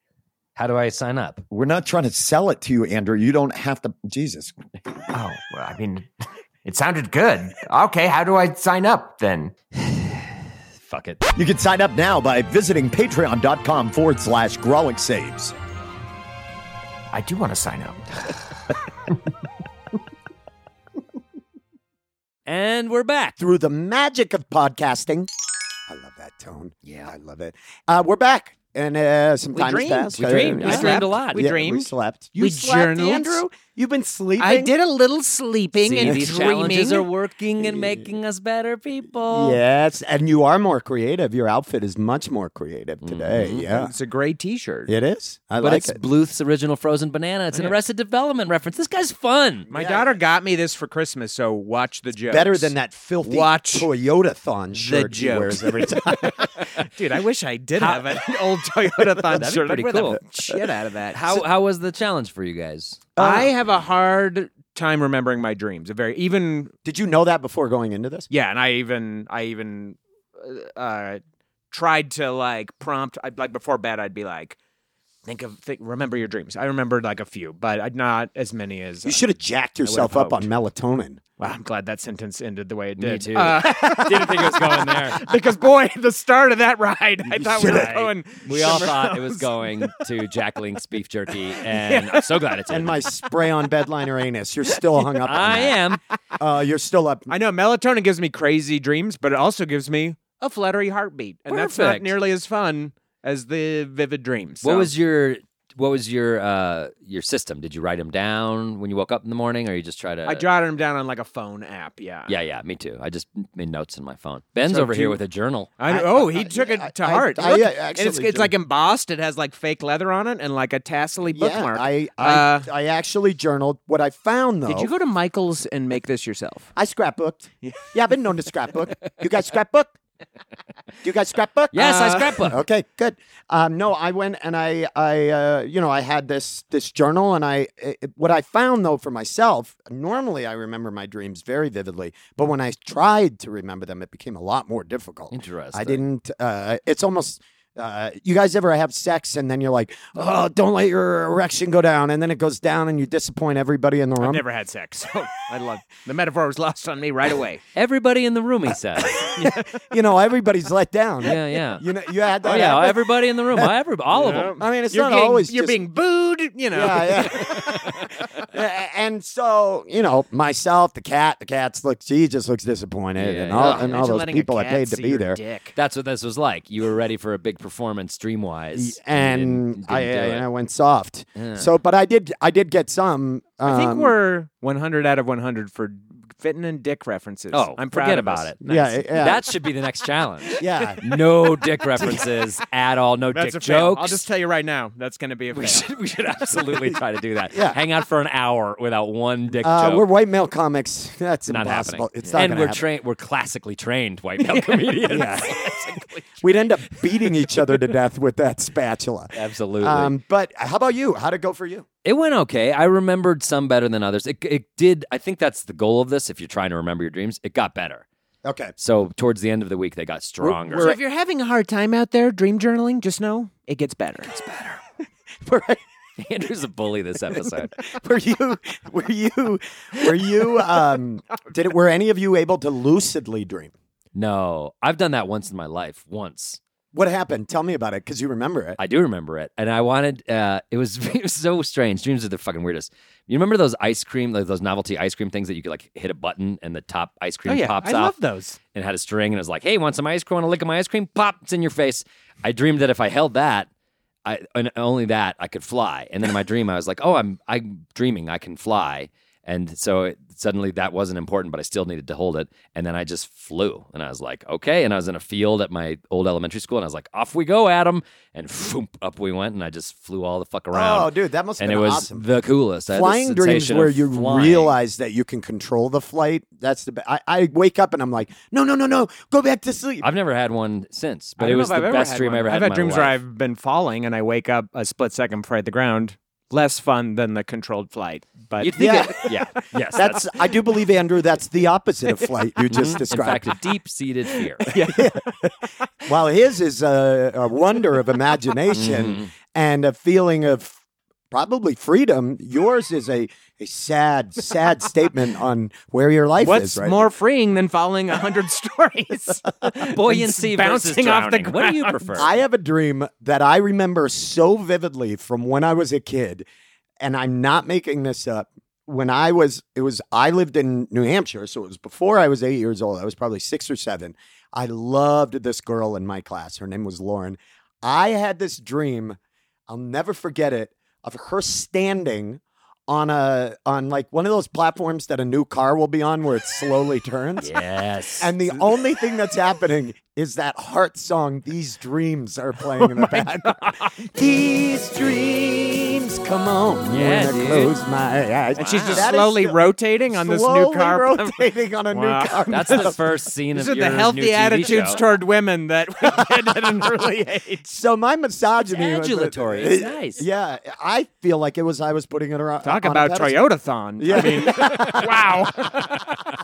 Speaker 2: How do I sign up?
Speaker 8: We're not trying to sell it to you, Andrew. You don't have to. Jesus.
Speaker 9: Oh, well, I mean, it sounded good. Okay, how do I sign up then?
Speaker 2: Fuck it.
Speaker 8: You can sign up now by visiting patreon.com forward slash Grolic Saves.
Speaker 9: I do want to sign up.
Speaker 2: And we're back.
Speaker 1: through the magic of podcasting. I love that tone. Yeah, I love it. Uh, we're back, and uh, some time
Speaker 3: dreamed.
Speaker 1: has passed.
Speaker 2: We dreamed.
Speaker 1: Uh,
Speaker 2: I
Speaker 1: yeah.
Speaker 2: dreamed a lot.
Speaker 3: We
Speaker 1: Yeah, We
Speaker 3: dreamed.
Speaker 1: slept.
Speaker 3: You We slept, journaled. Andrew?
Speaker 1: You've been sleeping.
Speaker 6: I did a little sleeping
Speaker 2: See,
Speaker 6: and
Speaker 2: these challenges
Speaker 6: dreaming.
Speaker 2: are working and making us better people.
Speaker 1: Yes, and you are more creative. Your outfit is much more creative today. Yeah,
Speaker 3: It's a gray T-shirt.
Speaker 1: it is. I
Speaker 2: But
Speaker 1: like
Speaker 2: it's
Speaker 1: it.
Speaker 2: Bluth's original frozen banana. It's an Arrested Development reference. This guy's fun.
Speaker 3: My daughter got me this for Christmas, so watch the jokes.
Speaker 1: Better than that filthy
Speaker 3: Watch
Speaker 1: Toyota thon shirt he wears
Speaker 3: jokes.
Speaker 1: every time.
Speaker 3: dude. I wish I did have an old Toyota Thon
Speaker 2: be
Speaker 3: shirt.
Speaker 2: pretty
Speaker 3: I'd wear the
Speaker 2: cool.
Speaker 3: Shit out of that.
Speaker 2: How how was the challenge for you guys?
Speaker 3: I have a hard time remembering my dreams. A very even
Speaker 1: did you know that before going into this?
Speaker 3: yeah, and I even I even uh, uh, tried to like prompt I, like before bed. I'd be like, think of think, remember your dreams. I remembered like a few, but I'd not as many as.
Speaker 1: You should have jacked yourself up on
Speaker 3: hoped.
Speaker 1: melatonin.
Speaker 3: Wow, I'm glad that sentence ended the way it did.
Speaker 2: too.
Speaker 3: Uh,
Speaker 2: Didn't think it was going there.
Speaker 3: because boy, the start of that ride, I thought we were going.
Speaker 2: We all
Speaker 3: somewhere
Speaker 2: thought it was
Speaker 3: else.
Speaker 2: going to Jack Link's beef jerky, and I'm so glad it's in.
Speaker 1: And my spray on bedliner anus. You're still hung up. on
Speaker 2: I
Speaker 1: that.
Speaker 2: am.
Speaker 1: Uh, you're still up.
Speaker 3: I know melatonin gives me crazy dreams, but it also gives me a fluttery heartbeat, and that's not
Speaker 2: Perfect.
Speaker 3: nearly as fun as the vivid dreams.
Speaker 2: What was your what was your uh your system? Did you write them down when you woke up in the morning, or you just try to?
Speaker 3: I jotted them down on like a phone app. Yeah.
Speaker 2: Yeah, yeah, me too. I just made notes in my phone. Ben's
Speaker 3: So
Speaker 2: over
Speaker 3: do
Speaker 2: here
Speaker 3: you-
Speaker 2: with a journal.
Speaker 3: I, oh, he took
Speaker 1: I-
Speaker 3: it to
Speaker 1: I-
Speaker 3: heart.
Speaker 1: I-
Speaker 3: Look,
Speaker 1: yeah,
Speaker 3: and it's,
Speaker 1: actually
Speaker 3: it's
Speaker 1: do.
Speaker 3: like embossed. It has like fake leather on it and like a tassely bookmark.
Speaker 1: Yeah, I, I,
Speaker 3: Uh,
Speaker 1: I actually journaled what I found though.
Speaker 3: did you go to Michael's and make this yourself?
Speaker 1: I scrapbooked. Yeah. I've been known to scrapbook. You guys scrapbook? Do you guys scrapbook?
Speaker 2: Yes, I scrapbook.
Speaker 1: Uh, Okay, good. Um, no, I went and I, I, uh, you know, I had this this journal, and I, it, what I found though for myself, normally I remember my dreams very vividly, but when I tried to remember them, it became a lot more difficult. I
Speaker 2: Interesting.
Speaker 1: didn't. Uh, it's almost. Uh, you guys ever have sex and then you're like, oh, don't let your erection go down, and then it goes down and you disappoint everybody in the room.
Speaker 3: I've never had sex, so I love the metaphor was lost on me right away.
Speaker 2: Everybody in the room, he said.
Speaker 1: You know, everybody's let down.
Speaker 2: yeah, yeah.
Speaker 1: You know, you had that.
Speaker 2: Oh yeah,
Speaker 1: happen?
Speaker 2: everybody in the room. Every, all of them.
Speaker 1: I mean, it's
Speaker 3: you're
Speaker 1: not
Speaker 3: getting-
Speaker 1: always
Speaker 3: you're
Speaker 1: just-
Speaker 3: being booed, you know.
Speaker 1: Yeah, yeah. and so, you know, myself, the cat, the cat's look, she just looks disappointed,
Speaker 2: Yeah,
Speaker 1: and
Speaker 2: yeah.
Speaker 1: all,
Speaker 2: Ugh,
Speaker 1: and all
Speaker 3: Imagine
Speaker 1: those
Speaker 3: letting a
Speaker 1: people I
Speaker 3: cat
Speaker 1: paid to
Speaker 3: see
Speaker 1: be
Speaker 3: your
Speaker 1: there.
Speaker 3: Dick.
Speaker 2: That's what this was like. You were ready for a big performance stream wise,
Speaker 1: eh, And I, and I went soft.
Speaker 2: Yeah.
Speaker 1: So, but I did, I did get some. Um,
Speaker 3: I think we're 100 out of 100 for fitting in dick references.
Speaker 2: Oh,
Speaker 3: I'm proud
Speaker 2: forget
Speaker 3: of
Speaker 2: about
Speaker 3: us.
Speaker 2: it.
Speaker 1: yeah, yeah,
Speaker 2: That should be the next challenge.
Speaker 1: yeah.
Speaker 2: No dick references at all. No
Speaker 3: That's a
Speaker 2: dick
Speaker 3: fail.
Speaker 2: jokes.
Speaker 3: I'll just tell you right now, that's going to be a fail.
Speaker 2: we should we should absolutely try to do that.
Speaker 1: Yeah.
Speaker 2: Hang out for an hour without one dick
Speaker 1: Uh,
Speaker 2: joke.
Speaker 1: we're white male comics. That's
Speaker 2: not
Speaker 1: impossible.
Speaker 2: happening.
Speaker 1: It's not
Speaker 2: and
Speaker 1: gonna
Speaker 2: we're
Speaker 1: happen.
Speaker 2: trained. We're classically trained white male comedians.
Speaker 1: We'd end up beating each other to death with that spatula.
Speaker 2: Absolutely.
Speaker 1: Um, but how about you? How'd it go for you?
Speaker 2: It went okay. I remembered some better than others. It, it did. I think that's the goal of this. If you're trying to remember your dreams, it got better.
Speaker 1: Okay.
Speaker 2: So towards the end of the week, they got stronger.
Speaker 3: So if you're having a hard time out there dream journaling, just know it gets better.
Speaker 1: We're-
Speaker 2: Andrew's a bully this episode.
Speaker 1: were you were
Speaker 3: Oh,
Speaker 1: you were you um did it were any of you able to lucidly dream
Speaker 2: No, I've done that once in my life. Once.
Speaker 1: what happened tell me about it because you remember it
Speaker 2: I do remember it, and I wanted. Uh, it was it was so strange. Dreams are the fucking weirdest. You remember those ice cream, like those novelty ice cream things that you could like hit a button and the top ice cream pops
Speaker 3: Oh, I
Speaker 2: off
Speaker 3: love those.
Speaker 2: and had a string and it was like, "Hey, want some ice cream? Want a lick of my ice cream? Pop! It's in your face." I dreamed that if I held that, I and only that I could fly. And then in my dream, I was like, "Oh, I'm I'm dreaming. I can fly." And so it, suddenly that wasn't important, but I still needed to hold it. And then I just flew, and I was like, "Okay." And I was in a field at my old elementary school, and I was like, "Off we go, Adam!" And foom, up we went, and I just flew all the fuck around.
Speaker 1: oh dude that must have
Speaker 2: and it
Speaker 1: been
Speaker 2: was
Speaker 1: awesome
Speaker 2: the coolest. I had this
Speaker 1: flying dreams
Speaker 2: sensation
Speaker 1: where
Speaker 2: of
Speaker 1: you
Speaker 2: flying.
Speaker 1: realize that you can control the flight that's the be- I, I wake up and i'm like no no no no go back to sleep
Speaker 2: I've never had one since,
Speaker 3: I
Speaker 2: but
Speaker 3: don't
Speaker 2: it
Speaker 3: know
Speaker 2: was
Speaker 3: if I've
Speaker 2: the
Speaker 3: ever
Speaker 2: best
Speaker 3: had
Speaker 2: dream
Speaker 3: one.
Speaker 2: I ever had.
Speaker 3: I've
Speaker 2: in
Speaker 3: had
Speaker 2: my
Speaker 3: dreams
Speaker 2: life.
Speaker 3: where I've been falling and I wake up a split second before I hit the ground. Less fun than the controlled flight, but
Speaker 2: You'd think
Speaker 1: Yeah.
Speaker 2: it- yeah, yes.
Speaker 1: that's i do believe andrew that's the opposite of flight you just
Speaker 2: Mm-hmm. in
Speaker 1: described
Speaker 2: fact a deep seated fear.
Speaker 1: Well, his is a, a wonder of imagination
Speaker 2: Mm-hmm.
Speaker 1: and a feeling of probably freedom. Yours is a, a sad, sad statement on where your life
Speaker 3: what's
Speaker 1: is. Right?
Speaker 3: more freeing than falling a hundred stories?
Speaker 2: Buoyancy versus
Speaker 3: Bouncing off the
Speaker 2: drowning. What do you
Speaker 3: ground.
Speaker 2: prefer?
Speaker 1: I have a dream that I remember so vividly from when I was a kid, and I'm not making this up. When I was, it was, I lived in New Hampshire, so it was before I was eight years old. I was probably six or seven. I loved this girl in my class. Her name was Lauren. I had this dream, I'll never forget it, of her standing on a on like one of those platforms that a new car will be on where it slowly turns.
Speaker 2: yes.
Speaker 1: And the only thing that's happening is that heart song, These Dreams, are playing in the
Speaker 3: Oh
Speaker 1: background. These dreams, come on.
Speaker 2: Yeah,
Speaker 1: when
Speaker 2: dude.
Speaker 1: I close my eyes.
Speaker 3: and she's just
Speaker 1: That is
Speaker 3: slowly
Speaker 1: still-
Speaker 3: rotating on this new
Speaker 1: slowly
Speaker 3: car.
Speaker 1: rotating on a
Speaker 3: Wow.
Speaker 1: new car.
Speaker 2: that's the first scene
Speaker 3: These
Speaker 2: of
Speaker 3: are
Speaker 2: your
Speaker 3: the
Speaker 2: new
Speaker 3: healthy
Speaker 2: TV
Speaker 3: attitudes
Speaker 2: show.
Speaker 3: toward women that we did at an early age.
Speaker 1: so my misogyny
Speaker 2: It's
Speaker 1: was-
Speaker 2: adulatory. It's nice.
Speaker 1: Yeah, I feel like it was I was putting it around.
Speaker 3: Talk
Speaker 1: on a
Speaker 3: about
Speaker 1: pedestal.
Speaker 3: Toyotathon.
Speaker 1: Yeah.
Speaker 3: I mean, wow.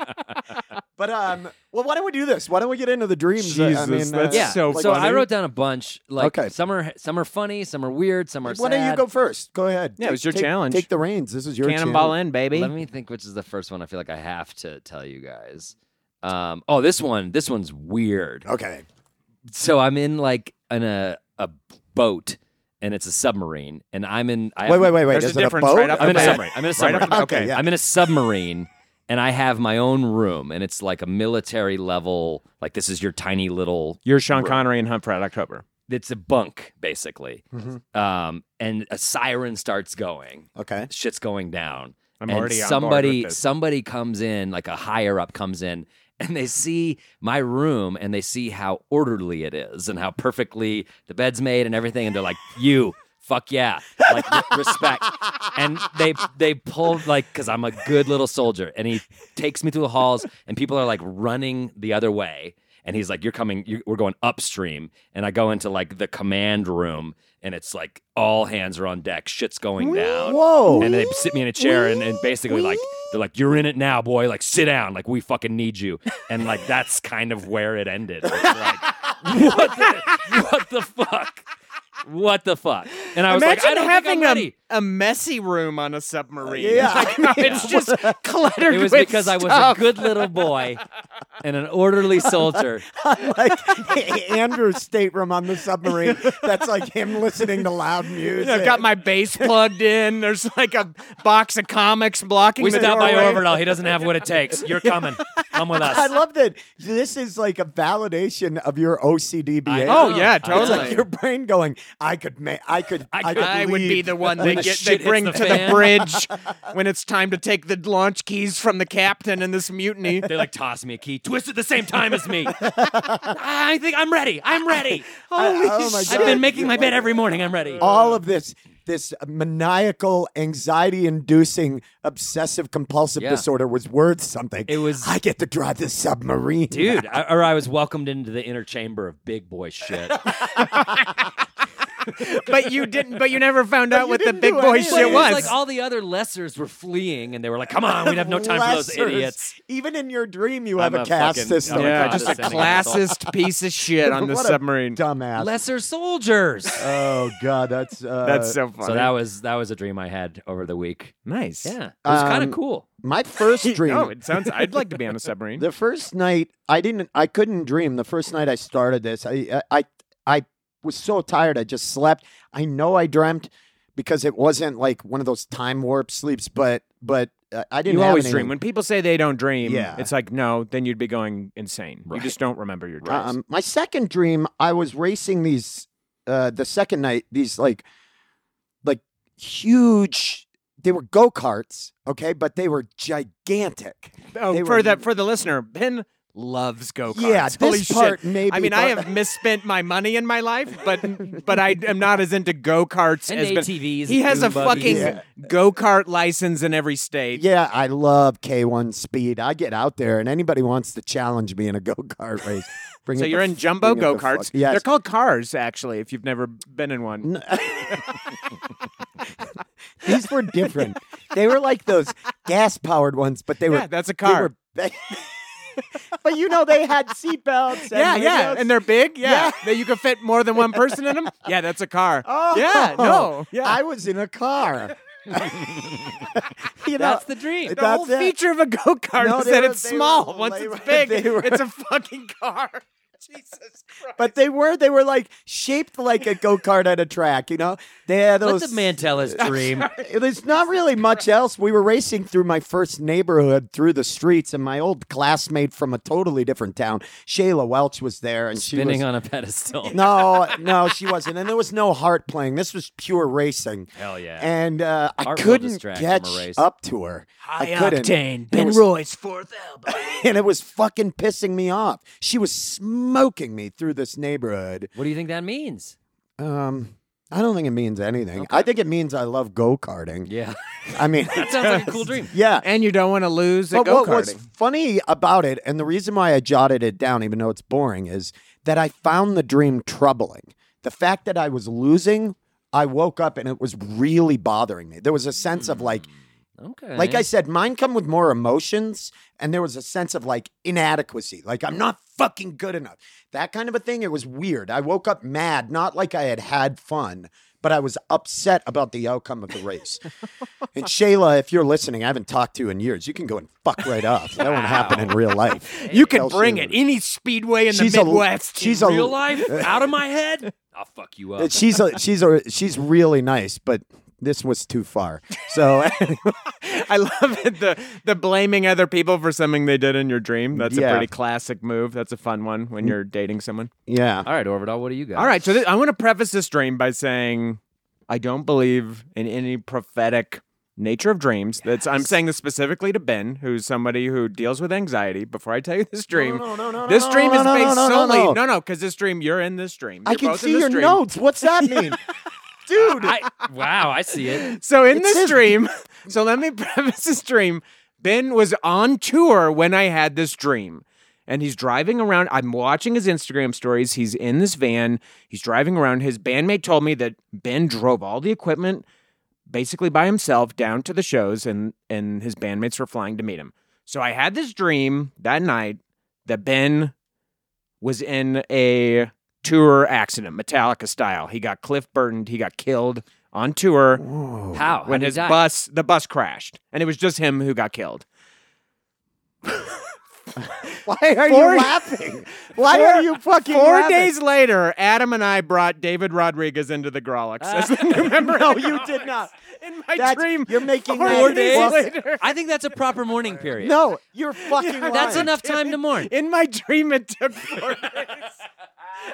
Speaker 1: But um, well, why don't we do this? Why don't we get into the dreams? I
Speaker 3: Jesus,
Speaker 1: mean, uh,
Speaker 3: that's
Speaker 2: Yeah.
Speaker 3: So
Speaker 2: So,
Speaker 3: funny.
Speaker 2: I wrote down a bunch. Like
Speaker 1: Okay.
Speaker 2: some are some are funny, some are weird, some are
Speaker 1: Why
Speaker 2: sad.
Speaker 1: don't you go first? Go ahead.
Speaker 3: Yeah, it was
Speaker 1: Take-
Speaker 3: your
Speaker 1: take-
Speaker 3: challenge.
Speaker 1: Take the reins. This is your
Speaker 3: Cannonball
Speaker 1: challenge.
Speaker 3: in, baby.
Speaker 2: Let me think which is the first one I feel like I have to tell you guys. Um, oh, this one, this one's weird.
Speaker 1: Okay.
Speaker 2: So I'm in like an, a a boat, and it's a submarine, and I'm in. I
Speaker 1: Wait, wait, wait, wait.
Speaker 3: There's a
Speaker 1: is it
Speaker 3: difference
Speaker 1: a boat?
Speaker 3: right off
Speaker 2: I'm in a
Speaker 3: Okay.
Speaker 2: submarine. I'm in a submarine.
Speaker 1: off the- Okay, yeah.
Speaker 2: I'm in a submarine and I have my own room and it's like a military level, like this is your tiny little
Speaker 3: You're Sean Connery and Hunt for Red October.
Speaker 2: it's a bunk, basically.
Speaker 1: Mm-hmm.
Speaker 2: Um, and a siren starts going.
Speaker 1: Okay.
Speaker 2: Shit's going down.
Speaker 3: I'm
Speaker 2: and
Speaker 3: already on board
Speaker 2: somebody
Speaker 3: with this.
Speaker 2: somebody comes in, like a higher up comes in, and they see my room and they see how orderly it is and how perfectly the bed's made and everything, and they're like, "You, fuck yeah, like re- respect." And they they pull like because I'm a good little soldier, and he takes me through the halls, and people are like running the other way. and he's like, "You're coming. you we're going upstream." And I go into like the command room, and it's like all hands are on deck. Shit's going down.
Speaker 1: Whoa.
Speaker 2: And they sit me in a chair, and, and basically like they're like, "You're in it now, boy. Like sit down. Like we fucking need you." And like that's kind of where it ended. It's like, what, the, what the fuck? What the fuck? And I was
Speaker 3: Imagine
Speaker 2: like, I don't
Speaker 3: having
Speaker 2: think I'm ready.
Speaker 3: a, a messy room on a submarine.
Speaker 1: Yeah.
Speaker 3: Like, no, it's just cluttered.
Speaker 2: It was
Speaker 3: with
Speaker 2: because I was a
Speaker 3: stuff.
Speaker 2: good little boy and an orderly soldier.
Speaker 1: like Andrew's stateroom on the submarine. That's like him listening to loud music.
Speaker 3: I've got my bass plugged in. There's like a box of comics blocking
Speaker 2: We
Speaker 3: the
Speaker 2: stopped by
Speaker 3: doorway.
Speaker 2: Orbital. He doesn't have what it takes. You're coming. Come with
Speaker 1: I
Speaker 2: us.
Speaker 1: love that. This is like a validation of your OCD behavior.
Speaker 3: Oh yeah,
Speaker 2: know.
Speaker 1: It's like
Speaker 3: totally.
Speaker 1: your brain going, I could make, I could, I could,
Speaker 3: I would be
Speaker 1: leave.
Speaker 3: the one they
Speaker 2: the
Speaker 3: get they
Speaker 2: shit hits
Speaker 3: bring
Speaker 2: the
Speaker 3: to
Speaker 2: fan.
Speaker 3: the bridge when it's time to take the launch keys from the captain in this mutiny.
Speaker 2: They like toss me a key, twist at the same time as me. I think I'm ready. I'm ready.
Speaker 1: Holy oh my
Speaker 2: I've
Speaker 1: God.
Speaker 2: been making my bed every morning. I'm ready.
Speaker 1: all of this, this maniacal, anxiety-inducing, obsessive-compulsive
Speaker 2: Yeah.
Speaker 1: disorder was worth something.
Speaker 2: It was-
Speaker 1: I get to drive this submarine,
Speaker 2: Dude, I, or I was welcomed into the inner chamber of big boy shit.
Speaker 3: But you didn't but you never found out what the
Speaker 1: didn't
Speaker 3: big
Speaker 1: do
Speaker 3: boy
Speaker 1: anything.
Speaker 3: shit
Speaker 1: It
Speaker 3: was.
Speaker 2: like all the other lessers were fleeing, and they were like, "Come on, we'd have no time for those
Speaker 1: Lessers.
Speaker 2: idiots."
Speaker 1: Even in your dream, you
Speaker 2: I'm
Speaker 1: have a,
Speaker 2: a
Speaker 1: caste
Speaker 2: fucking-
Speaker 1: system.
Speaker 2: I'm a
Speaker 3: yeah,
Speaker 2: God,
Speaker 3: just a
Speaker 2: this thing is all-
Speaker 3: classist piece of shit on the
Speaker 1: What a
Speaker 3: submarine.
Speaker 1: dumbass.
Speaker 2: Lesser soldiers.
Speaker 1: oh god, that's uh,
Speaker 3: That's so funny.
Speaker 2: So that was that was a dream I had over the week.
Speaker 3: nice.
Speaker 2: Yeah, it was kind
Speaker 1: Um,
Speaker 2: of cool.
Speaker 1: my first dream.
Speaker 3: No, it sounds. I'd like to be on a submarine.
Speaker 1: The first night I didn't I couldn't dream. The first night I started this, I I I was so tired I just slept. I know I dreamt because it wasn't like one of those time warp sleeps, but but uh, I didn't
Speaker 3: you
Speaker 1: have
Speaker 3: always
Speaker 1: anything.
Speaker 3: dream. When people say they don't dream,
Speaker 1: Yeah.
Speaker 3: it's like no, then you'd be going insane. You just don't remember your dreams.
Speaker 1: Um, my second dream, I was racing these uh, the second night, these like like huge they were go-karts, okay, but they were gigantic. they
Speaker 3: oh,
Speaker 1: were-
Speaker 3: for the for the listener, Ben loves go karts.
Speaker 1: Yeah,
Speaker 3: Holy
Speaker 1: this part
Speaker 3: shit.
Speaker 1: maybe
Speaker 3: I mean, I
Speaker 1: thought-
Speaker 3: have misspent my money in my life, but but I am not as into go karts
Speaker 2: And
Speaker 3: as Ben.
Speaker 2: ATVs,
Speaker 3: He has a
Speaker 2: dune buggies.
Speaker 3: fucking go kart license in every state.
Speaker 1: Yeah, I love K1 speed. I get out there, and anybody wants to challenge me in a go kart race. Bring
Speaker 3: So
Speaker 1: it
Speaker 3: you're
Speaker 1: the
Speaker 3: in
Speaker 1: f-
Speaker 3: jumbo
Speaker 1: bring it
Speaker 3: go
Speaker 1: the
Speaker 3: karts.
Speaker 1: fuck- Yes.
Speaker 3: They're called cars, actually. If you've never been in one,
Speaker 1: These were different. they were like those gas powered ones, but they were.
Speaker 3: yeah, that's a
Speaker 1: they
Speaker 3: car.
Speaker 1: were ba- but you know, they had seatbelts.
Speaker 3: Yeah, yeah, and they're big.
Speaker 1: Yeah.
Speaker 3: Yeah, that you could fit more than one person in them. Yeah, that's a car.
Speaker 1: Oh,
Speaker 3: yeah, no, yeah.
Speaker 1: I was in a car. you know,
Speaker 2: That's the dream.
Speaker 1: it-
Speaker 3: the whole
Speaker 1: that's it.
Speaker 3: feature of a go kart
Speaker 1: No,
Speaker 3: is
Speaker 1: they
Speaker 3: that
Speaker 1: were-
Speaker 3: it's
Speaker 1: they were-
Speaker 3: small. Once
Speaker 1: they
Speaker 3: it's
Speaker 1: were-
Speaker 3: big,
Speaker 1: they were-
Speaker 3: it's a fucking car. Jesus Christ!
Speaker 1: but they were they were like shaped like a go kart at a track. You know, they had
Speaker 2: Let
Speaker 1: those.
Speaker 2: the man tell his dream.
Speaker 1: There's not really much else. We were racing through my first neighborhood, through the streets, and my old classmate from a totally different town, Shayla Welch, was there, and she was.
Speaker 2: Spinning on a pedestal.
Speaker 1: no, no, she wasn't, and there was no heart playing. This was pure racing,
Speaker 2: Hell yeah.
Speaker 1: and uh, I
Speaker 2: Heart will
Speaker 1: couldn't
Speaker 2: distract from a
Speaker 1: catch
Speaker 2: race.
Speaker 1: up to her. I couldn't,
Speaker 3: Ben
Speaker 1: was-
Speaker 3: Roy's fourth album.
Speaker 1: and it was fucking pissing me off. She was smoking me through this neighborhood.
Speaker 2: what do you think that means?
Speaker 1: Um, I don't think it means anything. I think it means I love go karting.
Speaker 2: Yeah,
Speaker 1: I mean,
Speaker 2: that sounds like a cool dream.
Speaker 1: yeah.
Speaker 3: and you don't want to lose at
Speaker 1: But
Speaker 3: go
Speaker 1: what was
Speaker 3: karting.
Speaker 1: funny about it, and the reason why I jotted it down, even though it's boring, is that I found the dream troubling. The fact that I was losing, I woke up and it was really bothering me. There was a sense of like,
Speaker 2: Okay.
Speaker 1: like I said, mine come with more emotions, and there was a sense of like inadequacy, like I'm not fucking good enough, that kind of a thing. It was weird. I woke up mad, not like I had had fun, but I was upset about the outcome of the race. and Shayla, if you're listening, I haven't talked to you in years. You can go and fuck right off. That won't happen in real life.
Speaker 3: You can
Speaker 1: Kelsey
Speaker 3: bring
Speaker 1: would-
Speaker 3: it any speedway in
Speaker 1: She's
Speaker 3: the
Speaker 1: a-
Speaker 3: Midwest.
Speaker 1: she's
Speaker 2: In
Speaker 1: a-
Speaker 2: real life out of my head. I'll fuck you
Speaker 1: Uh,
Speaker 2: up.
Speaker 1: She's a, she's a, she's really nice, but this was too far. So
Speaker 3: I love it. The the blaming other people for something they did in your dream. That's
Speaker 1: Yeah.
Speaker 3: a pretty classic move. That's a fun one when you're dating someone.
Speaker 1: yeah,
Speaker 2: All right, Orvidal, what do you got?
Speaker 3: All right, so th- I want to preface this dream by saying I don't believe in any prophetic nature of dreams. That's I'm saying this specifically to Ben, who's somebody who deals with anxiety. Before I tell you this dream,
Speaker 1: no, no, no,
Speaker 3: this
Speaker 1: no,
Speaker 3: dream
Speaker 1: no,
Speaker 3: is
Speaker 1: no,
Speaker 3: based
Speaker 1: no, no,
Speaker 3: solely
Speaker 1: no.
Speaker 3: no, no, because this dream you're in this dream.
Speaker 1: I
Speaker 3: You're
Speaker 1: can
Speaker 3: both in
Speaker 1: see
Speaker 3: this
Speaker 1: your
Speaker 3: dream.
Speaker 1: notes. What's that mean?
Speaker 3: dude.
Speaker 2: I, wow, I see it.
Speaker 3: So in this
Speaker 1: his-
Speaker 3: dream, so let me preface this dream. Ben was on tour when I had this dream. and he's driving around. I'm watching his Instagram stories. He's in this van. He's driving around. His bandmate told me that Ben drove all the equipment basically by himself down to the shows and and his bandmates were flying to meet him. So I had this dream that night that Ben was in a tour accident, Metallica style. He got cliff burdened, he got killed on tour
Speaker 2: How? How
Speaker 3: when
Speaker 2: did
Speaker 3: his
Speaker 2: he die?
Speaker 3: bus the bus crashed and it was just him who got killed.
Speaker 1: Why are
Speaker 3: Four-
Speaker 1: you laughing? Why
Speaker 3: Four-
Speaker 1: are you fucking
Speaker 3: Four
Speaker 1: laughing?
Speaker 3: days later, Adam and I brought David Rodriguez into the Grolix as the new member. of
Speaker 1: No,
Speaker 3: the
Speaker 1: you
Speaker 3: Grolix.
Speaker 1: did not.
Speaker 3: In my
Speaker 1: That's-
Speaker 3: dream,
Speaker 1: you're making
Speaker 3: four
Speaker 1: that
Speaker 2: Four
Speaker 3: days
Speaker 1: Well,
Speaker 3: later.
Speaker 2: I think that's a proper mourning period.
Speaker 1: No, you're fucking.
Speaker 2: that's
Speaker 1: lying.
Speaker 2: enough time to mourn.
Speaker 3: In my dream, it took four days.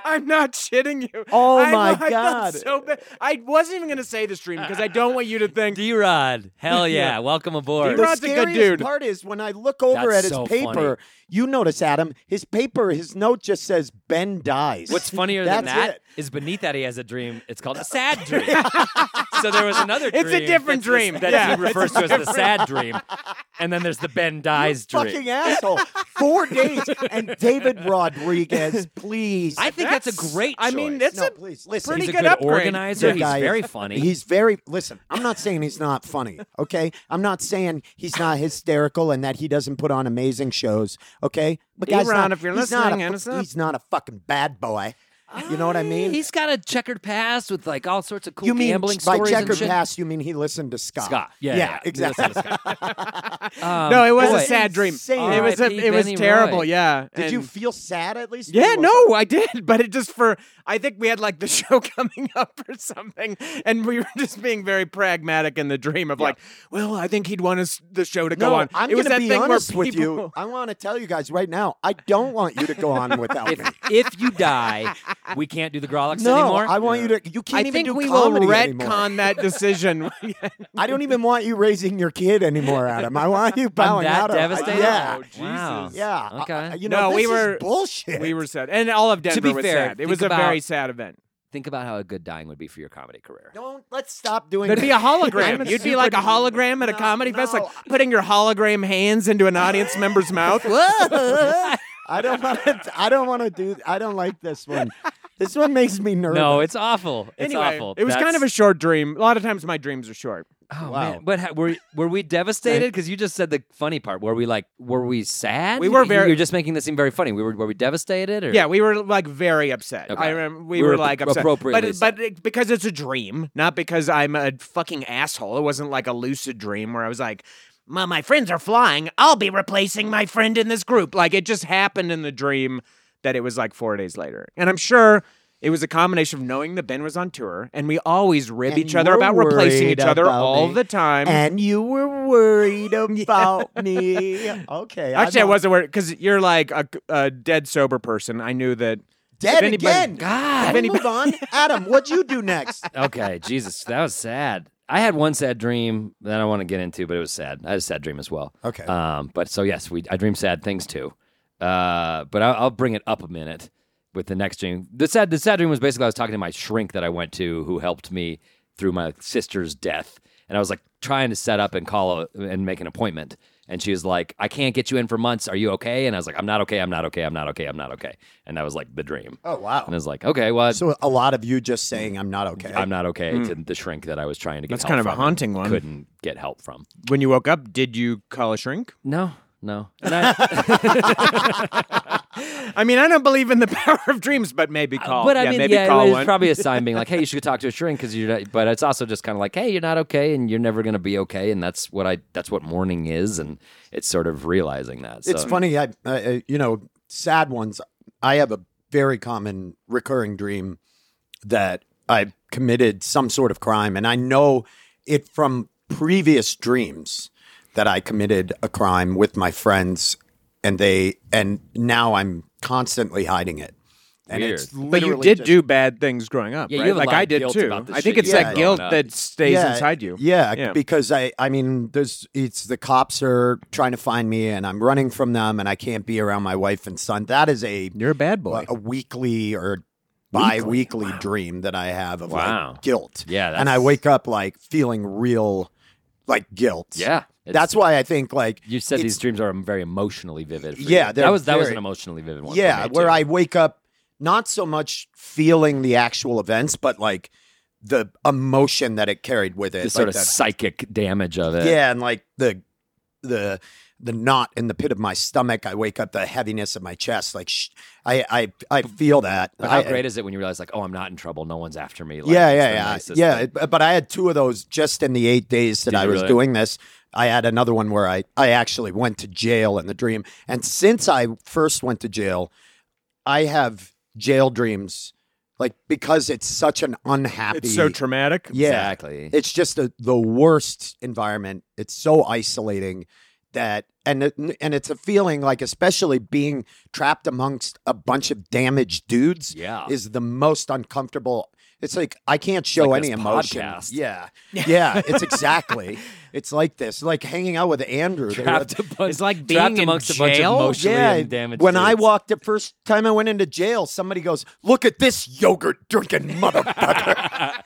Speaker 3: I'm not shitting you.
Speaker 1: Oh
Speaker 3: I-
Speaker 1: my
Speaker 3: I felt
Speaker 1: God.
Speaker 3: so bad. I wasn't even gonna say this dream because I don't want you to think.
Speaker 2: D Rod, hell yeah, welcome aboard.
Speaker 3: D-Rod's
Speaker 1: the
Speaker 3: a good
Speaker 1: scariest
Speaker 3: dude.
Speaker 1: part is when I look over
Speaker 2: That's
Speaker 1: at his
Speaker 2: so
Speaker 1: paper, you notice, Adam, his paper, his note just says Ben dies.
Speaker 2: What's funnier
Speaker 1: That's
Speaker 2: than that is
Speaker 1: it.
Speaker 2: beneath that he has a dream. It's called a sad dream. so there was another dream.
Speaker 3: It's a different
Speaker 2: that's-
Speaker 3: dream.
Speaker 2: that
Speaker 3: Yeah,
Speaker 2: he refers to as the sad dream. And then there's the Ben dies dream.
Speaker 1: Fucking asshole. Four days. And David Rodriguez, please.
Speaker 2: I think that's, a great
Speaker 3: I
Speaker 2: choice.
Speaker 3: mean, that's
Speaker 1: no,
Speaker 3: a
Speaker 1: please listen.
Speaker 3: pretty
Speaker 2: he's a
Speaker 3: good
Speaker 2: good
Speaker 3: upgrade.
Speaker 2: organizer.
Speaker 1: The
Speaker 2: He's
Speaker 1: guy is-
Speaker 2: very funny.
Speaker 1: He's very listen. I'm not saying he's not funny, okay? I'm not saying he's not hysterical and that he doesn't put on amazing shows, okay? But
Speaker 3: Be
Speaker 1: guys,
Speaker 3: around
Speaker 1: not,
Speaker 3: if you're
Speaker 1: he's not
Speaker 3: listening,
Speaker 1: a,
Speaker 3: and
Speaker 1: fu-
Speaker 3: it's not-
Speaker 1: he's not a fucking bad boy. You know what
Speaker 3: Ah,
Speaker 1: I mean?
Speaker 2: He's got a checkered past with like all sorts of cool
Speaker 1: you mean
Speaker 2: gambling
Speaker 1: by
Speaker 2: stories
Speaker 1: checkered
Speaker 2: and shit.
Speaker 1: pass? You mean he listened to Scott?
Speaker 2: Scott. Yeah,
Speaker 1: yeah,
Speaker 2: yeah. He
Speaker 1: exactly.
Speaker 2: listened Um,
Speaker 3: no, it was
Speaker 2: boy,
Speaker 3: a sad dream.
Speaker 1: insane.
Speaker 3: It was a,
Speaker 2: R.I.P.
Speaker 3: it was
Speaker 2: Benny
Speaker 3: terrible.
Speaker 2: Roy.
Speaker 3: Yeah.
Speaker 1: Did you
Speaker 3: And-
Speaker 1: feel sad at least?
Speaker 3: Yeah,
Speaker 1: You look-
Speaker 3: no, I did, but it just for I think we had like the show coming up or something, and we were just being very pragmatic in the dream of like, well, I think he'd want us the show to go
Speaker 1: No,
Speaker 3: on.
Speaker 1: I'm
Speaker 3: it was
Speaker 1: gonna
Speaker 3: that
Speaker 1: be
Speaker 3: thing where
Speaker 1: honest with you.
Speaker 3: people-
Speaker 1: I want to tell you guys right now. I don't want you to go on without me.
Speaker 2: If, if you die, we can't do the Grolix
Speaker 1: No,
Speaker 2: anymore.
Speaker 1: I want you to. You
Speaker 3: I
Speaker 1: can't even
Speaker 3: think
Speaker 1: do
Speaker 3: we will
Speaker 1: comedy
Speaker 3: retcon
Speaker 1: anymore.
Speaker 3: that decision.
Speaker 1: I don't even want you raising your kid anymore, Adam. I want you
Speaker 2: I'm
Speaker 1: bowing
Speaker 2: that
Speaker 1: out. of-
Speaker 2: devastated.
Speaker 1: yeah,
Speaker 2: Wow.
Speaker 1: yeah. I-
Speaker 2: Okay.
Speaker 1: I- you know,
Speaker 3: Oh, No,
Speaker 1: this
Speaker 3: we
Speaker 1: is
Speaker 3: were-
Speaker 1: bullshit.
Speaker 3: we were sad, and all of Denver
Speaker 2: be
Speaker 3: was
Speaker 2: fair,
Speaker 3: sad. It
Speaker 2: think
Speaker 3: was a very
Speaker 2: about-
Speaker 3: sad event.
Speaker 2: Think about how a good dying would be for your comedy career.
Speaker 1: Don't let's stop doing.
Speaker 3: It'd
Speaker 1: that.
Speaker 3: be a
Speaker 1: I'm
Speaker 3: hologram. You'd be
Speaker 1: super-
Speaker 3: like a hologram at a
Speaker 1: No,
Speaker 3: comedy fest, like
Speaker 1: no.
Speaker 3: putting your hologram hands into an audience member's mouth. Whoa!
Speaker 1: I don't want to. I don't want to do. I don't like this one. This one makes me nervous.
Speaker 2: No, it's awful. It's
Speaker 3: anyway,
Speaker 2: awful.
Speaker 3: it was kind
Speaker 2: That's-
Speaker 3: of a short dream. A lot of times my dreams are short.
Speaker 2: Oh man! But ha- were were we devastated? Because you just said the funny part. Were we like? Were we sad?
Speaker 3: We were
Speaker 2: You-
Speaker 3: very-
Speaker 2: You're just making this seem very funny. We were. Were we devastated? Or
Speaker 3: Yeah, we were like very upset.
Speaker 2: Okay.
Speaker 3: I remember we,
Speaker 2: We
Speaker 3: were,
Speaker 2: were
Speaker 3: like upset,
Speaker 2: appropriately
Speaker 3: but
Speaker 2: so.
Speaker 3: but it- because it's a dream, not because I'm a fucking asshole. It wasn't like a lucid dream where I was like, "My my friends are flying. I'll be replacing my friend in this group." Like it just happened in the dream that it was like four days later, and I'm sure. It was a combination of knowing that Ben was on tour, and we always rib
Speaker 1: And
Speaker 3: each other
Speaker 1: you're
Speaker 3: about replacing
Speaker 1: worried
Speaker 3: each other
Speaker 1: about
Speaker 3: all
Speaker 1: me.
Speaker 3: the time.
Speaker 1: And you were worried about me. Okay.
Speaker 3: Actually, I
Speaker 1: I'm
Speaker 3: wasn't worried because you're like a, a dead sober person. I knew that
Speaker 1: dead
Speaker 3: if anybody-
Speaker 1: again.
Speaker 2: God.
Speaker 1: Can we move on. Adam, what'd you do next?
Speaker 2: Okay. Jesus, that was sad. I had one sad dream that I don't want to get into, but it was sad. I had a sad dream as well.
Speaker 1: Okay.
Speaker 2: Um. But so yes, we I dream sad things too. Uh. But I'll, I'll bring it up a minute with the next dream. The sad the sad dream was basically I was talking to my shrink that I went to who helped me through my sister's death, and I was like trying to set up and call a, and make an appointment. And she was like, I can't get you in for months. Are you okay? And I was like, I'm not okay. I'm not okay. I'm not okay. I'm not okay. And that was like the dream.
Speaker 1: Oh wow.
Speaker 2: And I was like, okay, well,
Speaker 1: So a lot of you just saying I'm not okay.
Speaker 2: I'm not okay to the shrink that I was trying to get
Speaker 3: That's
Speaker 2: help
Speaker 3: kind of a
Speaker 2: from and
Speaker 3: haunting one.
Speaker 2: Couldn't get help from.
Speaker 3: when you woke up, did you call a shrink?
Speaker 2: No, no. And I,
Speaker 3: I mean, I don't believe in the power of dreams, but maybe
Speaker 1: Oh,
Speaker 3: call.
Speaker 2: Uh, but I
Speaker 3: yeah,
Speaker 2: mean,
Speaker 3: maybe
Speaker 2: yeah,
Speaker 3: call
Speaker 2: it was
Speaker 3: one.
Speaker 2: probably a sign being like, hey, you should go talk to a shrink because you're not, but it's also just kind of like, hey, you're not okay and you're never going to be okay. And that's what I, that's what mourning is. And it's sort of realizing that. So.
Speaker 1: It's funny. I, uh, you know, sad ones. I have a very common recurring dream that I committed some sort of crime, and I know it from previous dreams that I committed a crime with my friends, and they, and now I'm constantly hiding it. And
Speaker 2: Weird.
Speaker 1: it's
Speaker 3: But you
Speaker 1: literally
Speaker 3: did
Speaker 1: just-
Speaker 3: do bad things growing up,
Speaker 2: Yeah, you
Speaker 3: right?
Speaker 2: have a
Speaker 3: like
Speaker 2: lot
Speaker 3: I
Speaker 2: of
Speaker 3: did
Speaker 2: guilt
Speaker 3: too.
Speaker 2: about the
Speaker 3: I
Speaker 2: shit
Speaker 3: think
Speaker 2: you
Speaker 3: it's
Speaker 1: did
Speaker 3: that
Speaker 1: growing
Speaker 3: guilt
Speaker 2: up.
Speaker 3: that stays
Speaker 1: yeah,
Speaker 3: inside you.
Speaker 1: Yeah,
Speaker 3: Yeah.
Speaker 1: because I, I mean, there's, it's the cops are trying to find me, and I'm running from them, and I can't be around my wife and son. That is a
Speaker 3: You're a bad boy.
Speaker 1: a- a weekly or bi-weekly dream that I have of
Speaker 2: Wow.
Speaker 1: like guilt.
Speaker 2: Yeah,
Speaker 1: and I
Speaker 2: that's-
Speaker 1: wake up like feeling real like guilt.
Speaker 2: Yeah. It's-
Speaker 1: That's why I think like
Speaker 2: You said
Speaker 1: it's-
Speaker 2: these dreams are very emotionally vivid. For you.
Speaker 1: Yeah, they're
Speaker 2: that was that was
Speaker 1: very-
Speaker 2: an emotionally vivid one. for
Speaker 1: Yeah,
Speaker 2: me, too.
Speaker 1: where I wake up not so much feeling the actual events, but like the emotion that it carried with it.
Speaker 2: the uh,
Speaker 1: like
Speaker 2: sort of
Speaker 1: that-
Speaker 2: psychic damage of it.
Speaker 1: yeah, and like the the the knot in the pit of my stomach. I wake up the heaviness of my chest. Like sh- I I I feel that.
Speaker 2: But how
Speaker 1: I-
Speaker 2: great is it when you realize like, oh, I'm not in trouble. No one's after me. Like,
Speaker 1: yeah,
Speaker 2: it's the
Speaker 1: yeah, yeah,
Speaker 2: nicest
Speaker 1: yeah.
Speaker 2: thing.
Speaker 1: it- But I had two of those just in the eight days that
Speaker 2: Did
Speaker 1: I
Speaker 2: you
Speaker 1: was
Speaker 2: really?
Speaker 1: doing this. I had another one where I I actually went to jail in the dream. And since I first went to jail, I have jail dreams, like because it's such an unhappy.
Speaker 3: It's so traumatic.
Speaker 1: Yeah,
Speaker 2: Exactly.
Speaker 1: It's just a, the worst environment. It's so isolating that and it, and it's a feeling like especially being trapped amongst a bunch of damaged dudes
Speaker 2: Yeah.
Speaker 1: is the most uncomfortable. It's like I can't show
Speaker 2: like
Speaker 1: any
Speaker 2: this
Speaker 1: emotion.
Speaker 2: podcast.
Speaker 1: Yeah. Yeah, it's exactly. it's like this. Like hanging out with Andrew. They were-
Speaker 2: Trapped a bunch-
Speaker 3: It's like
Speaker 2: trapped
Speaker 3: being in
Speaker 2: amongst a bunch
Speaker 3: jail?
Speaker 2: of emotionally
Speaker 1: yeah,
Speaker 2: damaged.
Speaker 1: when I
Speaker 2: dudes.
Speaker 1: walked the first time I went into jail, somebody goes, "Look at this yogurt drinking motherfucker."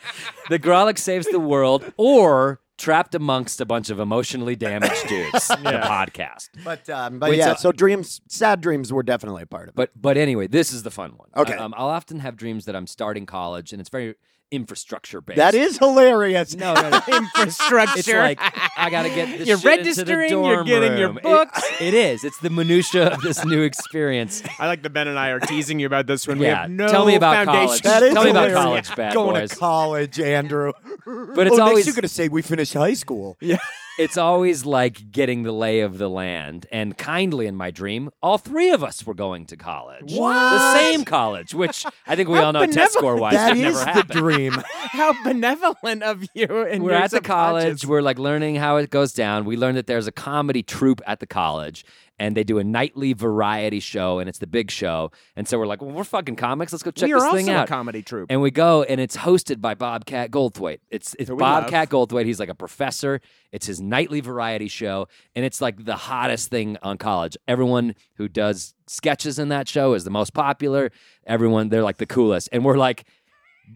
Speaker 2: the Grolic saves the world, or trapped amongst a bunch of emotionally damaged dudes. The podcast.
Speaker 1: But um, but
Speaker 2: Wait,
Speaker 1: yeah,
Speaker 2: so-
Speaker 1: so dreams, sad dreams were definitely a part of it.
Speaker 2: But but anyway, this is the fun one.
Speaker 1: Okay.
Speaker 2: Um, I'll often have dreams that I'm starting college, and it's very infrastructure based.
Speaker 1: that is hilarious.
Speaker 2: no, no, no.
Speaker 3: Infrastructure.
Speaker 2: It's like I gotta get this
Speaker 3: You're
Speaker 2: shit into the
Speaker 3: registering,
Speaker 2: dorm
Speaker 3: you're getting your
Speaker 2: room. It-
Speaker 3: books.
Speaker 2: it is. It's the minutia of this new experience.
Speaker 3: I like that Ben and I are teasing you about this when we
Speaker 2: Yeah,
Speaker 3: have no
Speaker 2: tell me about
Speaker 3: foundation.
Speaker 2: college.
Speaker 1: That is
Speaker 2: Tell me about
Speaker 1: hilarious.
Speaker 2: college, bad
Speaker 1: Going
Speaker 2: boys.
Speaker 1: to college, Andrew.
Speaker 2: But it's
Speaker 1: oh,
Speaker 2: always
Speaker 1: next you're gonna say we finished high school. Yeah,
Speaker 2: it's always like getting the lay of the land. And kindly in my dream, all three of us were going to college. The same college, which I think we all know test score wise
Speaker 1: that
Speaker 2: never
Speaker 1: is the
Speaker 2: happened.
Speaker 1: dream.
Speaker 3: How benevolent of you! And
Speaker 2: we're
Speaker 3: your
Speaker 2: at the
Speaker 3: subconscious.
Speaker 2: college. We're like learning how it goes down. We learned that there's a comedy troupe at the college, and they do a nightly variety show, and it's the big show. And so we're like, well, we're fucking comics. Let's go check
Speaker 3: we are
Speaker 2: this
Speaker 3: also
Speaker 2: thing
Speaker 3: a
Speaker 2: out.
Speaker 3: comedy troupe.
Speaker 2: And we go, and it's hosted by Bobcat Goldthwait. It's it's
Speaker 3: Who we
Speaker 2: Bobcat Goldthwait. He's like a professor. It's his nightly variety show, and it's like the hottest thing on college. Everyone who does sketches in that show is the most popular. Everyone, they're like the coolest. And we're like,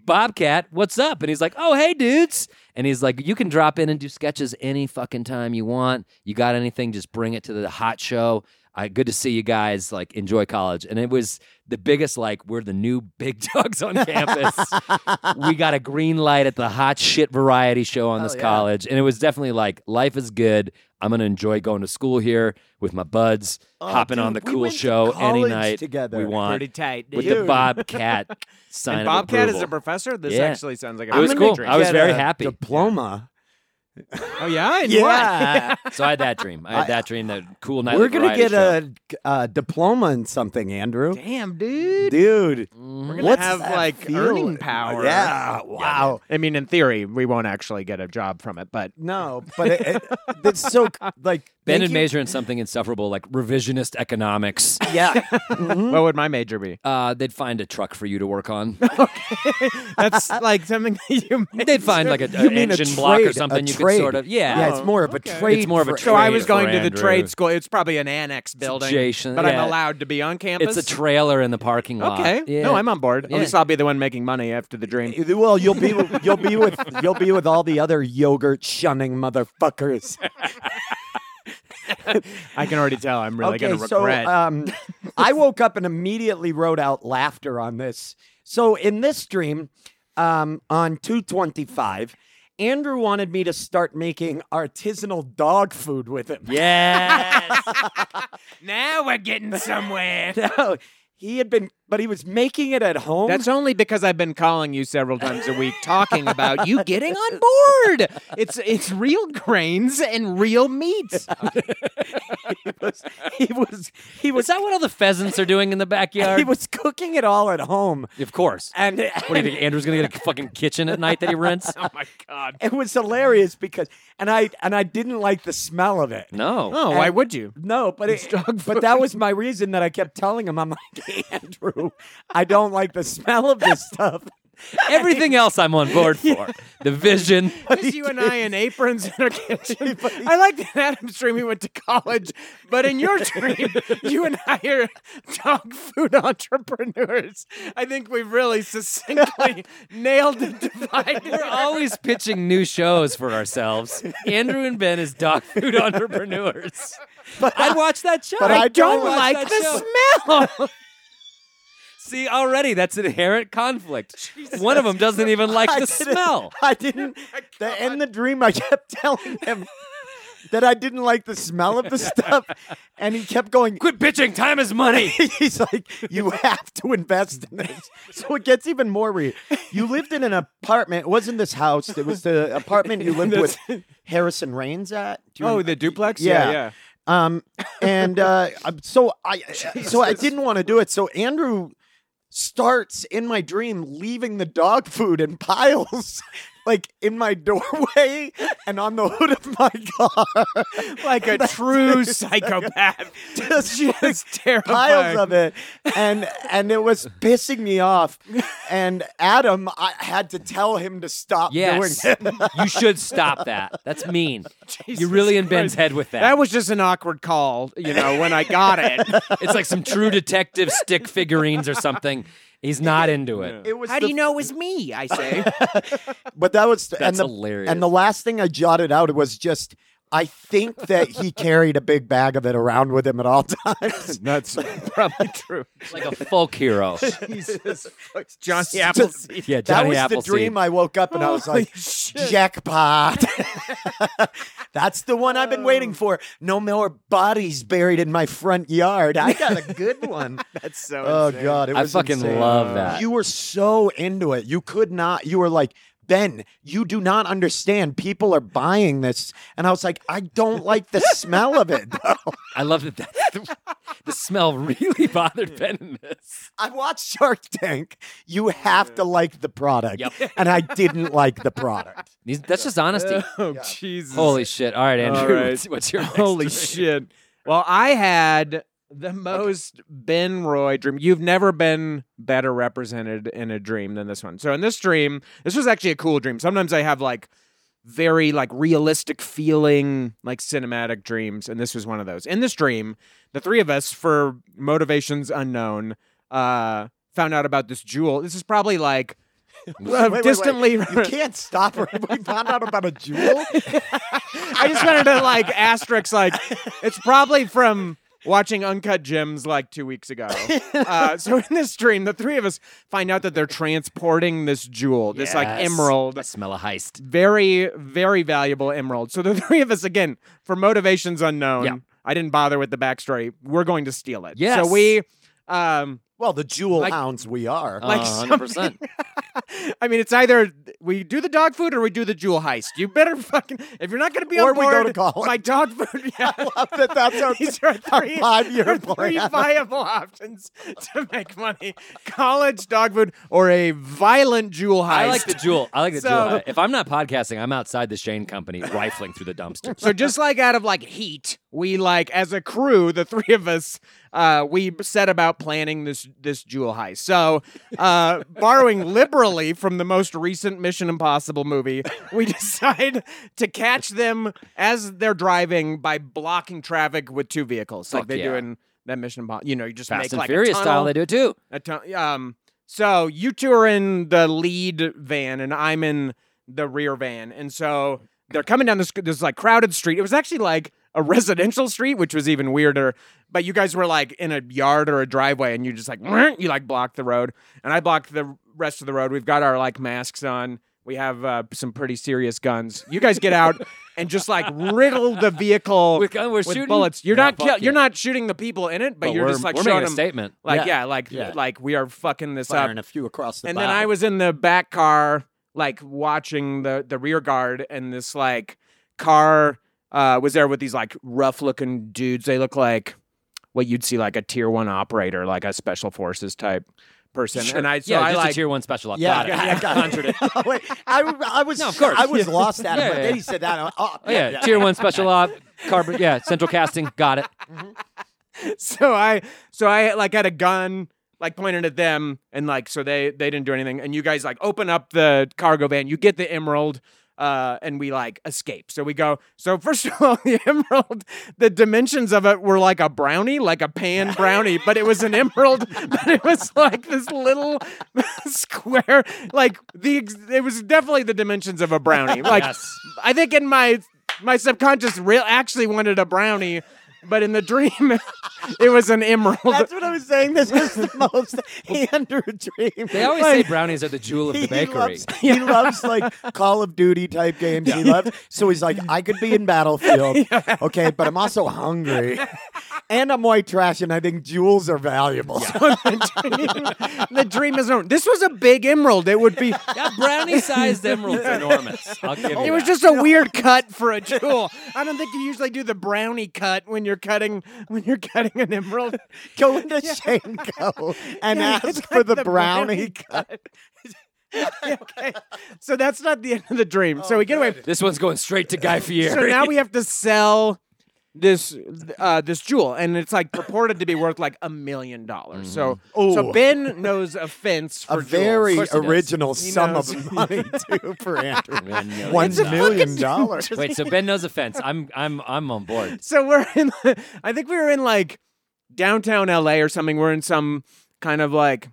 Speaker 2: Bobcat, what's up? And he's like, oh, hey, dudes. And he's like, you can drop in and do sketches any fucking time you want. You got anything, just bring it to the hot show. I, good to see you guys. Like, enjoy college. And it was the biggest, like, we're the new big dogs on campus. we got a green light at the hot shit variety show on this college. And it was definitely like, life is good. I'm going to enjoy going to school here with my buds, hopping on the
Speaker 1: Oh, dude, we
Speaker 2: cool
Speaker 1: went to
Speaker 2: show any
Speaker 1: college
Speaker 2: night
Speaker 1: together.
Speaker 2: we want
Speaker 3: pretty tight.
Speaker 2: with the
Speaker 3: dude.
Speaker 2: Bobcat sign
Speaker 3: and
Speaker 2: of
Speaker 3: Bobcat is
Speaker 2: approval.
Speaker 3: a professor. This
Speaker 2: Yeah.
Speaker 3: actually sounds like a
Speaker 2: It was
Speaker 3: really
Speaker 2: cool.
Speaker 3: dream.
Speaker 2: I was
Speaker 1: Get
Speaker 2: very
Speaker 1: a
Speaker 2: happy.
Speaker 1: Diploma.
Speaker 3: Oh yeah, and
Speaker 1: Yeah,
Speaker 2: So I had that dream. I had that dream. That cool night.
Speaker 1: we're gonna get a, a diploma in something, Andrew.
Speaker 3: what? Damn, dude.
Speaker 1: Dude,
Speaker 3: We're gonna
Speaker 1: what's
Speaker 3: have
Speaker 1: that
Speaker 3: like
Speaker 1: feeling?
Speaker 3: earning power.
Speaker 1: Yeah, wow.
Speaker 3: I mean, in theory, we won't actually get a job from it, but
Speaker 1: No, but it, it, it's so like
Speaker 2: Ben
Speaker 1: thank
Speaker 2: and
Speaker 1: you-
Speaker 2: major in something insufferable like revisionist economics.
Speaker 1: Yeah,
Speaker 2: Mm-hmm.
Speaker 3: what would my major be?
Speaker 2: Uh, they'd find a truck for you to work on.
Speaker 3: That's like something that you. Made.
Speaker 2: They'd find like a,
Speaker 1: you
Speaker 2: an
Speaker 1: mean a
Speaker 2: engine block or
Speaker 1: trade, a
Speaker 2: something. You could
Speaker 1: trade.
Speaker 2: sort of yeah.
Speaker 1: yeah. It's more of a trade.
Speaker 2: It's more of a
Speaker 1: for-
Speaker 2: trade.
Speaker 3: So I was
Speaker 2: for
Speaker 3: going to the
Speaker 2: Andrew.
Speaker 3: trade school. It's probably an annex building,
Speaker 2: adjacent,
Speaker 3: but
Speaker 2: yeah.
Speaker 3: I'm allowed to be on campus.
Speaker 2: It's a trailer in the parking lot.
Speaker 3: Okay.
Speaker 2: Yeah.
Speaker 3: No, I'm on board.
Speaker 2: Yeah.
Speaker 3: At least I'll be the one making money after the dream.
Speaker 1: Well, you'll be you'll be with you'll be with all the other yogurt shunning motherfuckers.
Speaker 3: I can already tell I'm really going to
Speaker 1: so,
Speaker 3: regret.
Speaker 1: um, I woke up and immediately wrote out laughter on this. So in this dream, um, on 225, Andrew wanted me to start making artisanal dog food with him.
Speaker 2: Yes.
Speaker 3: now we're getting somewhere.
Speaker 1: No, he had been, but he was making it at home.
Speaker 3: That's only because I've been calling you several times a week talking about you getting on board. It's it's real grains and real meat.
Speaker 1: he was he
Speaker 2: Is
Speaker 1: was
Speaker 2: that what all the pheasants are doing in the backyard?
Speaker 1: he was cooking it all at home.
Speaker 2: of course.
Speaker 1: And
Speaker 2: What do you think? Andrew's gonna get a fucking kitchen at night that he rents? oh my god.
Speaker 1: it was hilarious because and I and I didn't like the smell of it.
Speaker 2: No.
Speaker 3: Oh, why would you?
Speaker 1: No, but it,
Speaker 3: dog
Speaker 1: but that was my reason that I kept telling him. I'm like, Andrew, I don't like the smell of this stuff.
Speaker 2: Everything else I'm on board for. The vision.
Speaker 3: Just you and I in aprons in our kitchen. I like that Adam's dream he went to college, but in your dream, you and I are dog food entrepreneurs. I think we've really succinctly nailed the divide.
Speaker 2: We're always pitching new shows for ourselves. Andrew and Ben is dog food entrepreneurs. But I'd watch that show.
Speaker 1: but I don't
Speaker 2: watch
Speaker 3: like
Speaker 2: that
Speaker 3: the
Speaker 2: show.
Speaker 3: smell.
Speaker 2: See, already that's inherent conflict. One of them doesn't even like the
Speaker 1: didn't-
Speaker 2: smell.
Speaker 1: I didn't. the, in the dream, I kept telling him that I didn't like the smell of the stuff, and he kept going.
Speaker 2: Quit bitching. Time is money.
Speaker 1: He's like, you have to invest in this. So it gets even more weird. You lived in an apartment. It wasn't this house. It was the apartment you lived with Harrison Raines at. Do you
Speaker 3: Oh,
Speaker 1: remember?
Speaker 3: the duplex?
Speaker 1: Yeah. Um, and uh, I'm- so I, uh, so I didn't want to do it. So Andrew starts in my dream leaving the dog food in piles, like in my doorway and on the hood of my car,
Speaker 3: Like a true psychopath.
Speaker 1: Just like
Speaker 3: Just terrible.
Speaker 1: piles of it, and and it was pissing me off. And Adam, I had to tell him to stop
Speaker 2: Yes.
Speaker 1: doing it.
Speaker 2: you should stop that. That's mean. You're really in Ben's head with that.
Speaker 3: That was just an awkward call, you know, when I got it.
Speaker 2: it's like some true detective stick figurines or something. He's not into it.
Speaker 1: It was
Speaker 3: How
Speaker 1: the
Speaker 3: do you know it was me? I say.
Speaker 1: But that was
Speaker 2: That's
Speaker 1: and the,
Speaker 2: hilarious.
Speaker 1: And the last thing I jotted out was just I think that he carried a big bag of it around with him at all times.
Speaker 3: That's probably true.
Speaker 2: Like a folk hero.
Speaker 3: Johnny
Speaker 1: Just-
Speaker 3: Appleseed.
Speaker 2: Yeah,
Speaker 1: that
Speaker 2: Johnny
Speaker 1: was
Speaker 2: Appleseed.
Speaker 1: the dream I woke up and I was like, jackpot. That's the one I've been
Speaker 2: Oh.
Speaker 1: waiting for. No more bodies buried in my front yard. I got a good one.
Speaker 3: That's so
Speaker 1: oh
Speaker 3: insane.
Speaker 1: God, it
Speaker 2: I
Speaker 1: was
Speaker 2: fucking
Speaker 1: insane.
Speaker 2: love that.
Speaker 1: You were so into it. You could not. You were like, Ben, you do not understand. People are buying this, and I was like, I don't like the smell of it. though.
Speaker 2: I love that. that the smell really bothered Ben in this.
Speaker 1: I watched Shark Tank. You have to like the product,
Speaker 2: Yep.
Speaker 1: and I didn't like the product.
Speaker 2: These- That's just honesty.
Speaker 3: Oh Jesus.
Speaker 2: Holy shit! All right, Andrew.
Speaker 3: All right.
Speaker 2: What's, what's your next
Speaker 3: Holy
Speaker 2: drink?
Speaker 3: shit. Well, I had the most Ben Roy dream. You've never been better represented in a dream than this one. So in this dream, this was actually a cool dream. Sometimes I have like very like realistic feeling like cinematic dreams and this was one of those. In this dream, the three of us for motivations unknown uh found out about this jewel. This is probably like
Speaker 1: Wait, wait, wait.
Speaker 3: distantly
Speaker 1: You can't stop her. We found out about a jewel.
Speaker 3: I just wanted to like asterisk like it's probably from watching Uncut Gems like two weeks ago. Uh, so in this dream, the three of us find out that they're transporting this jewel, this like
Speaker 2: Yes.
Speaker 3: emerald.
Speaker 2: I smell a heist.
Speaker 3: Very, very valuable emerald. So the three of us, again, for motivations unknown,
Speaker 2: Yeah.
Speaker 3: I didn't bother with the backstory. We're going to steal it.
Speaker 2: Yes.
Speaker 3: So we um
Speaker 1: Well, the jewel
Speaker 3: Like-
Speaker 1: hounds we are.
Speaker 2: Uh,
Speaker 3: Like
Speaker 2: 100%.
Speaker 3: I mean it's either we do the dog food or we do the jewel heist. You better fucking if you're not gonna be
Speaker 1: Or
Speaker 3: on
Speaker 1: we go
Speaker 3: board,
Speaker 1: to college.
Speaker 3: my dog food yeah.
Speaker 1: Love that that's our,
Speaker 3: These are
Speaker 1: our
Speaker 3: three,
Speaker 1: five-year
Speaker 3: are three
Speaker 1: plan.
Speaker 3: viable options to make money: college dog food or a violent jewel heist.
Speaker 2: I like the jewel. I like the
Speaker 3: So-
Speaker 2: jewel. If I'm not podcasting, I'm outside the Shane Company, rifling through the dumpsters.
Speaker 3: so just like out of like heat, we like as a crew, the three of us, uh, we set about planning this this jewel heist. So, uh, borrowing liberally from the most recent Mission Impossible movie, we decide to catch them as they're driving by blocking traffic with two vehicles, like
Speaker 2: Fuck
Speaker 3: they do
Speaker 2: yeah.
Speaker 3: in that Mission Impossible. You know, you just
Speaker 2: Fast
Speaker 3: make
Speaker 2: and
Speaker 3: like a
Speaker 2: Furious
Speaker 3: tunnel.
Speaker 2: style, they do it too.
Speaker 3: A ton- um. So you two are in the lead van, and I'm in the rear van, and so they're coming down this this like crowded street. It was actually like a residential street, which was even weirder. But you guys were like in a yard or a driveway, and you just like you like blocked the road, and I blocked the rest of the road. We've got our like masks on. We have uh, some pretty serious guns. You guys get out and just like riddle the vehicle
Speaker 2: We're go- we're
Speaker 3: with
Speaker 2: shooting?
Speaker 3: bullets. You're
Speaker 2: Yeah,
Speaker 3: not kill-
Speaker 2: fuck
Speaker 3: you're
Speaker 2: yeah.
Speaker 3: not shooting the people in it, but,
Speaker 2: But
Speaker 3: you're
Speaker 2: we're-
Speaker 3: just like
Speaker 2: we're
Speaker 3: showing
Speaker 2: making a
Speaker 3: them-
Speaker 2: statement.
Speaker 3: Like
Speaker 2: Yeah.
Speaker 3: yeah, like
Speaker 1: Yeah.
Speaker 3: like we are fucking this up.
Speaker 1: firing a few across the
Speaker 3: and then I was in the back car, like watching the the rear guard, and this like car uh, was there with these like rough looking dudes. They look like what you'd see like a tier one operator, like a special forces type person. And I so
Speaker 2: yeah,
Speaker 3: I
Speaker 2: just
Speaker 3: like
Speaker 2: a tier one special. op.
Speaker 1: yeah,
Speaker 2: Got it.
Speaker 1: yeah, yeah, got it. Wait, I, I was,
Speaker 2: No, of course.
Speaker 1: I was lost at it.
Speaker 2: Yeah,
Speaker 1: but
Speaker 2: yeah,
Speaker 1: then
Speaker 2: yeah.
Speaker 1: he said that. I'm- Oh,
Speaker 2: Oh, yeah, tier one special op. Carbon. Yeah, central casting. Got it.
Speaker 3: so I so I like had a gun like pointed at them and like so they they didn't do anything and you guys like open up the cargo van you get the emerald uh, and we like escape. So we go. So first of all, the emerald, the dimensions of it were like a brownie, like a pan brownie, but it was an emerald. But it was like this little square, like the. ex- It was definitely the dimensions of a brownie. Like I think in my my subconscious real actually wanted a brownie, but in the dream, it was an emerald.
Speaker 10: That's what I was saying. This is the most Andrew dream.
Speaker 2: They always
Speaker 10: Like,
Speaker 2: say brownies are the jewel of the bakery.
Speaker 10: loves,
Speaker 1: He loves like Call of Duty type games. He loves so he's like, I could be in Battlefield, okay, but I'm also hungry, and I'm white trash, and I think jewels are valuable.
Speaker 3: the dream is known. This was a big emerald. It would be.
Speaker 2: that brownie-sized emerald's enormous. I'll give you
Speaker 3: It was
Speaker 2: that.
Speaker 3: just a weird cut for a jewel. I don't think you usually do the brownie cut when you're cutting when you're cutting an emerald.
Speaker 1: Go into Shanko and
Speaker 3: Yeah, it's
Speaker 1: ask
Speaker 3: like
Speaker 1: for the,
Speaker 3: the
Speaker 1: brownie
Speaker 3: brownie
Speaker 1: cut.
Speaker 3: okay. So that's not the end of the dream. so
Speaker 1: Oh,
Speaker 3: we get away.
Speaker 2: This one's going straight to Guy Fieri.
Speaker 3: So now we have to sell this uh, this jewel, and it's like purported to be worth like a million dollars. So so
Speaker 1: Mm-hmm. Ooh.
Speaker 3: Ben knows a fence for
Speaker 1: A
Speaker 3: jewels.
Speaker 1: very
Speaker 2: course he does.
Speaker 1: original
Speaker 3: He
Speaker 1: sum
Speaker 3: knows.
Speaker 1: of money too for Andrew.
Speaker 2: Million
Speaker 1: One
Speaker 2: dollars.
Speaker 1: million dollars.
Speaker 2: Wait, so Ben knows offense. I'm I'm I'm on board.
Speaker 3: so we're in I think we were in like downtown LA or something. We're in some kind of like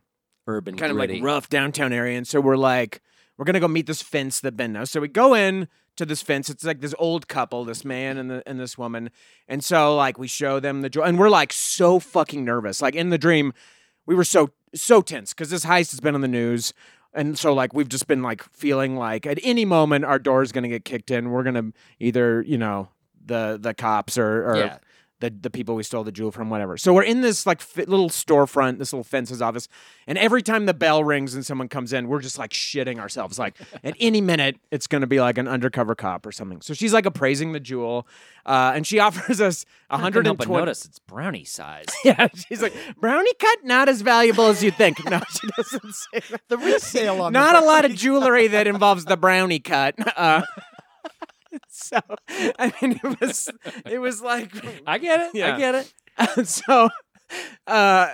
Speaker 2: Urban
Speaker 3: kind
Speaker 2: gritty.
Speaker 3: of like rough downtown area. And so we're like, we're gonna go meet this fence that Ben knows. So we go in to this fence. It's like this old couple, this man and the, and this woman. And so like we show them the jewel, and we're like so fucking nervous. Like in the dream, we were so so tense because this heist has been on the news. And so, like, we've just been like feeling like at any moment our door's gonna get kicked in. We're gonna either, you know, the the cops or, or
Speaker 2: Yeah.
Speaker 3: the the people we stole the jewel from, whatever. So we're in this like fi- little storefront, this little fences office, and every time the bell rings and someone comes in, we're just like shitting ourselves. Like at any minute, it's going to be like an undercover cop or something. So she's like appraising the jewel, uh, and she offers us a
Speaker 2: I couldn't
Speaker 3: hundred
Speaker 2: help
Speaker 3: and
Speaker 2: but
Speaker 3: twenty.
Speaker 2: notice it's brownie sized.
Speaker 3: Yeah, she's like brownie cut, not as valuable as you think. No, she doesn't say that.
Speaker 1: The resale on
Speaker 3: Not
Speaker 1: the
Speaker 3: a lot of jewelry that involves the brownie cut. Uh, so I mean, it was it was like
Speaker 2: I get it.
Speaker 3: Yeah.
Speaker 2: I get it.
Speaker 3: and so uh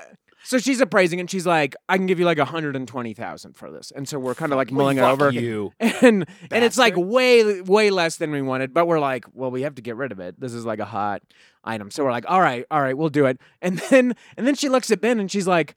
Speaker 3: so she's appraising and she's like i can give you like 120000 for this and so we're kind of like mulling it over
Speaker 2: you.
Speaker 3: and and it's like way way less than we wanted but we're like well we have to get rid of it this is like a hot item so we're like all right all right we'll do it and then and then she looks at ben and she's like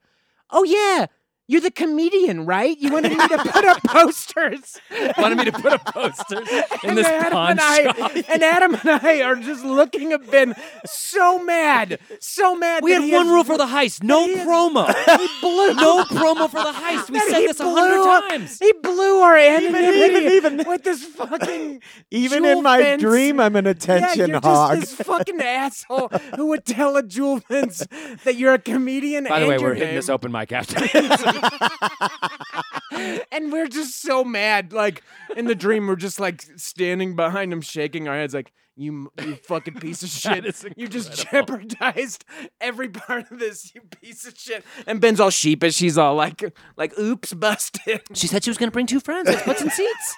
Speaker 3: oh yeah you're the comedian right you wanted me to put up posters
Speaker 2: Wanted me to put up posters in
Speaker 3: and
Speaker 2: this
Speaker 3: Adam
Speaker 2: pawn
Speaker 3: and I,
Speaker 2: shop.
Speaker 3: And Adam and I are just looking at Ben so mad, so mad.
Speaker 2: We
Speaker 3: that
Speaker 2: had
Speaker 3: he
Speaker 2: one
Speaker 3: has-
Speaker 2: rule for the heist: no promo. No promo for the heist. We
Speaker 3: that
Speaker 2: said
Speaker 3: he
Speaker 2: this a
Speaker 3: blew-
Speaker 2: hundred times.
Speaker 3: He blew our anonymity
Speaker 1: even- even-
Speaker 3: with this fucking
Speaker 1: Even
Speaker 3: jewel
Speaker 1: in my
Speaker 3: fence.
Speaker 1: dream, I'm an
Speaker 3: Yeah,
Speaker 1: attention
Speaker 3: you're
Speaker 1: hog.
Speaker 3: just this fucking asshole who would tell a jewel fence that you're a comedian.
Speaker 2: By the way,
Speaker 3: and
Speaker 2: we're
Speaker 3: your
Speaker 2: hitting this
Speaker 3: name.
Speaker 2: open mic after.
Speaker 3: and we're just so mad. Like in the dream, we're just like standing behind him, shaking our heads, like you, you fucking piece of
Speaker 2: is
Speaker 3: shit. You just jeopardized every part of this, you piece of shit. And Ben's all sheepish. He's all like, like, oops, busted.
Speaker 2: she said she was going to bring two friends. Let's put some seats.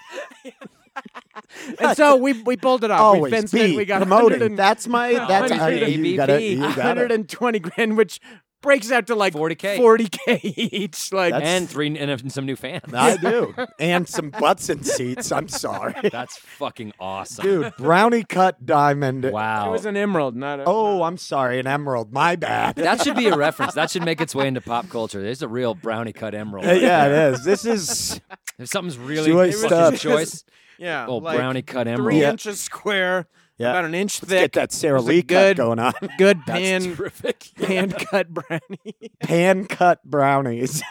Speaker 3: And so we we pulled it off. we
Speaker 1: Always
Speaker 3: fenced
Speaker 1: be
Speaker 3: it. We got
Speaker 1: promoting.
Speaker 3: 100 and-
Speaker 1: that's my. That's I,
Speaker 3: 100
Speaker 1: you got it.
Speaker 2: ABP,
Speaker 1: You got it.
Speaker 3: 120 grand, which breaks out to like
Speaker 2: 40K.
Speaker 3: 40k each. Like
Speaker 2: and three and uh, some new fans.
Speaker 1: I do. And some butts and seats. I'm sorry.
Speaker 2: That's fucking awesome.
Speaker 1: Dude, brownie cut diamond.
Speaker 3: it
Speaker 2: Wow.
Speaker 3: was an emerald, not a.
Speaker 1: Oh, I'm sorry. An emerald. My bad.
Speaker 2: that should be a reference. That should make its way into pop culture. There's a real brownie cut emerald.
Speaker 1: Uh, yeah, it is. This is.
Speaker 2: If something's really
Speaker 1: Joyce
Speaker 2: fucking
Speaker 1: stuff.
Speaker 2: choice,
Speaker 3: yeah,
Speaker 2: oh,
Speaker 3: like
Speaker 2: brownie cut emerald.
Speaker 3: three
Speaker 1: Yeah.
Speaker 3: inches square,
Speaker 1: Yeah.
Speaker 3: about an inch
Speaker 1: Let's
Speaker 3: thick.
Speaker 1: get that Sara
Speaker 3: There's a
Speaker 1: Lee
Speaker 3: good,
Speaker 1: cut going on.
Speaker 3: Good
Speaker 2: That's
Speaker 3: pan,
Speaker 2: terrific.
Speaker 3: pan cut brownie.
Speaker 1: Pan cut brownies.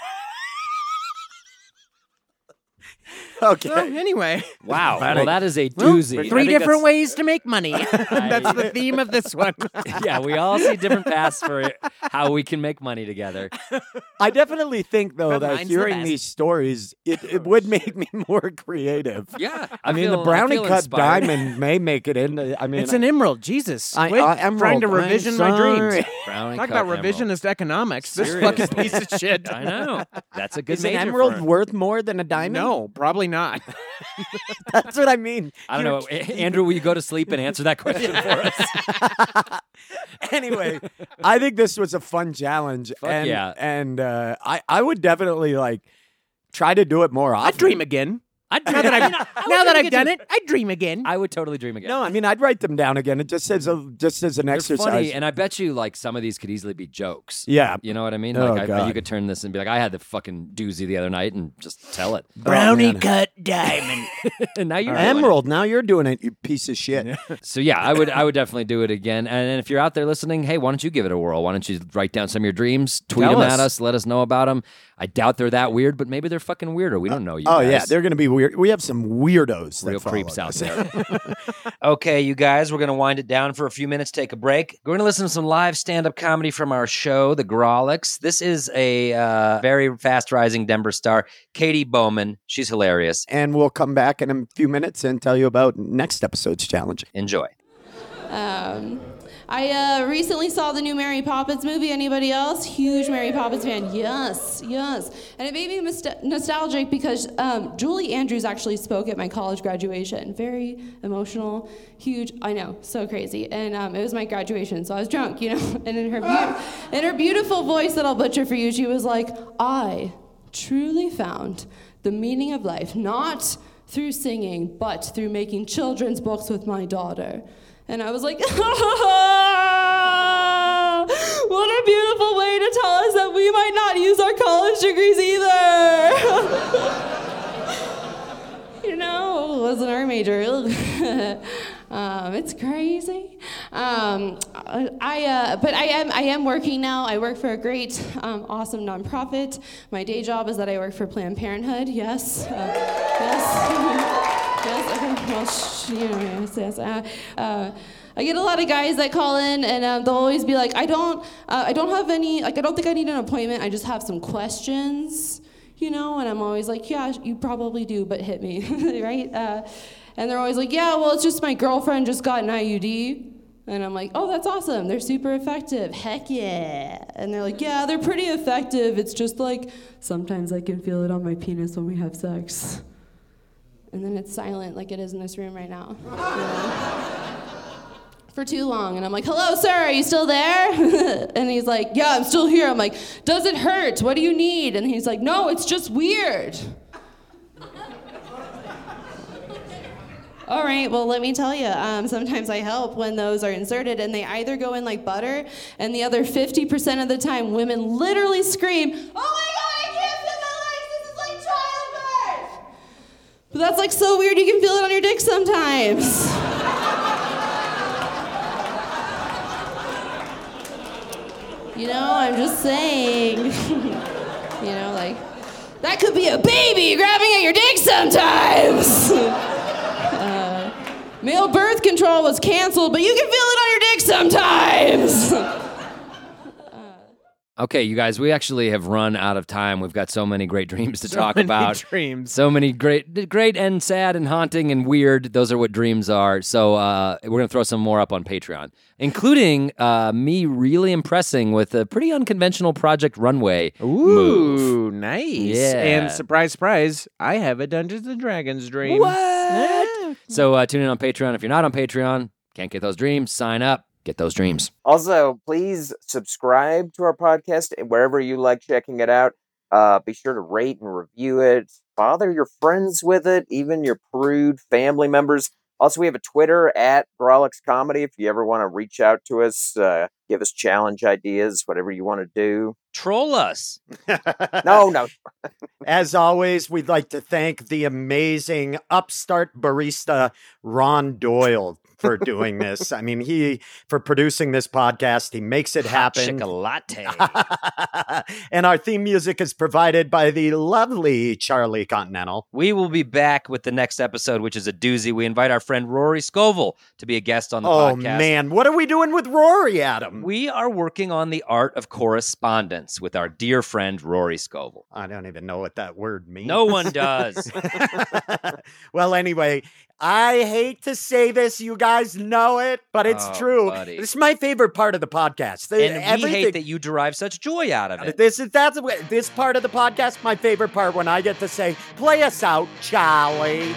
Speaker 1: okay.
Speaker 3: So anyway,
Speaker 2: Wow. Well, that is a
Speaker 3: well,
Speaker 2: doozy. I
Speaker 3: three
Speaker 2: think that's-
Speaker 3: different ways to make money. that's the theme of this one.
Speaker 2: yeah, we all see different paths for how we can make money together.
Speaker 1: I definitely think though
Speaker 3: But
Speaker 1: that
Speaker 3: mine's the
Speaker 1: hearing
Speaker 3: best.
Speaker 1: these stories, it, it would make me more creative.
Speaker 2: Yeah,
Speaker 1: I, mean, the brownie cut diamond may make it into. I mean, uh,
Speaker 3: It's an emerald, Jesus!
Speaker 1: I-
Speaker 3: Quit
Speaker 1: I-
Speaker 3: trying
Speaker 1: emerald,
Speaker 3: to
Speaker 1: I'm
Speaker 3: revision my dreams.
Speaker 1: sorry.
Speaker 2: Brownie
Speaker 3: Talk
Speaker 2: Coke
Speaker 3: about
Speaker 2: Emerald.
Speaker 3: revisionist economics.
Speaker 2: Serious.
Speaker 3: This fucking piece of shit.
Speaker 2: I know. That's a good
Speaker 1: Is an
Speaker 2: major for
Speaker 1: emerald
Speaker 2: him.
Speaker 1: worth more than a diamond?
Speaker 3: No, probably not.
Speaker 1: that's what I mean.
Speaker 2: I don't
Speaker 1: You're
Speaker 2: know. A- Andrew, will you go to sleep and answer that question for us?
Speaker 1: anyway, I think this was a fun challenge.
Speaker 2: Fuck
Speaker 1: and,
Speaker 2: yeah.
Speaker 1: And uh, I, I would definitely like try to do it more often.
Speaker 3: I dream again.
Speaker 2: I'd
Speaker 3: Now that I've, now that I've done
Speaker 2: you-
Speaker 3: it, I dream again.
Speaker 2: I would totally dream again.
Speaker 1: No, I mean I'd write them down again. It just as a just as an
Speaker 2: They're
Speaker 1: exercise.
Speaker 2: funny, and I bet you like some of these could easily be jokes.
Speaker 1: yeah.
Speaker 2: You know what I mean?
Speaker 1: Oh,
Speaker 2: Like I bet
Speaker 1: God.
Speaker 2: you could turn this and be like, I had the fucking doozy the other night and just tell it.
Speaker 1: Brownie
Speaker 10: cut diamond.
Speaker 2: and now you're doing it.
Speaker 1: Emerald, now you're doing it, you piece of shit.
Speaker 2: So yeah, I would I would definitely do it again. And then if you're out there listening, hey, why don't you give it a whirl? Why don't you write down some of your dreams, tweet
Speaker 3: Tell
Speaker 2: them
Speaker 3: us.
Speaker 2: at us, let us know about them. I doubt they're that weird, but maybe they're fucking weirder. We don't know you.
Speaker 1: oh yeah,
Speaker 2: guys.
Speaker 1: they're gonna be weird. We have some weirdos that
Speaker 2: real
Speaker 1: follow
Speaker 2: creeps out
Speaker 1: us.
Speaker 2: there. okay, you guys, we're going to wind it down for a few minutes, take a break. We're going to listen to some live stand up comedy from our show, The Grolics. This is a uh, very fast rising Denver star, Katie Bowman. She's hilarious.
Speaker 1: And we'll come back in a few minutes and tell you about next episode's challenge.
Speaker 2: Enjoy.
Speaker 11: Um, I uh, recently saw the new Mary Poppins movie. Anybody else? Huge Mary Poppins fan. Yes, yes. And it made me mist- nostalgic because um, Julie Andrews actually spoke at my college graduation. Very emotional, huge. I know, so crazy. And um, it was my graduation, so I was drunk, you know. And in her, beau- in her beautiful voice that I'll butcher for you, she was like, "I truly found the meaning of life not." Through singing, but through making children's books with my daughter. And I was like, what a beautiful way to tell us that we might not use our college degrees either. you know, it was an art major. um, it's crazy. Um, I, uh, but I am, I am working now. I work for a great, um, awesome nonprofit. My day job is that I work for Planned Parenthood. Yes. Uh, yes. Yes, okay. Well, sh- you know, yes, yes. Uh, uh, I get a lot of guys that call in, and um, they'll always be like, "I don't, uh, I don't have any. Like, I don't think I need an appointment. I just have some questions, you know." And I'm always like, "Yeah, you probably do, but hit me, right?" Uh, and they're always like, "Yeah, well, it's just my girlfriend just got an IUD." And I'm like, oh, that's awesome. They're super effective. Heck yeah. And they're like, yeah, they're pretty effective. It's just like sometimes I can feel it on my penis when we have sex. And then it's silent like it is in this room right now. you know? For too long. And I'm like, hello, sir, are you still there? and he's like, yeah, I'm still here. I'm like, does it hurt? What do you need? And he's like, no, it's just weird. All right, well, let me tell you, um, sometimes I help when those are inserted, and they either go in like butter, and the other 50% of the time, women literally scream, Oh my God, I can't feel my legs, this is like childbirth! But that's like so weird, you can feel it on your dick sometimes. you know, I'm just saying. you know, like, that could be a baby grabbing at your dick sometimes! Uh, male birth control was canceled, but you can feel it on your dick sometimes!
Speaker 2: Okay, you guys, we actually have run out of time. We've got so many great dreams to talk
Speaker 3: many
Speaker 2: about.
Speaker 3: dreams.
Speaker 2: So many great, great and sad and haunting and weird. Those are what dreams are. So uh, we're going to throw some more up on Patreon, including uh, me really impressing with a pretty unconventional Project Runway move.
Speaker 3: Ooh, nice.
Speaker 2: Yeah.
Speaker 3: And surprise, surprise, I have a Dungeons and Dragons dream. Yeah.
Speaker 2: So uh, tune in on Patreon. If you're not on Patreon, can't get those dreams, sign up, get those dreams.
Speaker 9: Also, please subscribe to our podcast and wherever you like checking it out. Uh, be sure to rate and review it. Bother your friends with it, even your prude family members. Also, we have a Twitter at Grolix Comedy if you ever want to reach out to us, uh, give us challenge ideas, whatever you want to do.
Speaker 2: Troll us.
Speaker 9: No, no,
Speaker 1: As always, we'd like to thank the amazing upstart barista Ron Doyle for doing this. I mean, he for producing this podcast, he makes it happen.
Speaker 2: Chocolate.
Speaker 1: and our theme music is provided by the lovely Charlie Continental.
Speaker 2: We will be back with the next episode, which is a doozy. We invite our friend Rory Scovel to be a guest on the
Speaker 1: Oh
Speaker 2: podcast.
Speaker 1: man, what are we doing with Rory Adam?
Speaker 2: We are working on the art of correspondence with our dear friend Rory Scovel.
Speaker 1: I don't even know what that word means.
Speaker 2: No one does.
Speaker 1: well, anyway, I hate to say this, you guys know it, but it's
Speaker 2: Oh,
Speaker 1: true.
Speaker 2: buddy.
Speaker 1: This is my favorite part of the podcast. The-
Speaker 2: and we hate
Speaker 1: everything-
Speaker 2: that you derive such joy out of it.
Speaker 1: This is that's the way- this part of the podcast. My favorite part when I get to say, "Play us out, Charlie."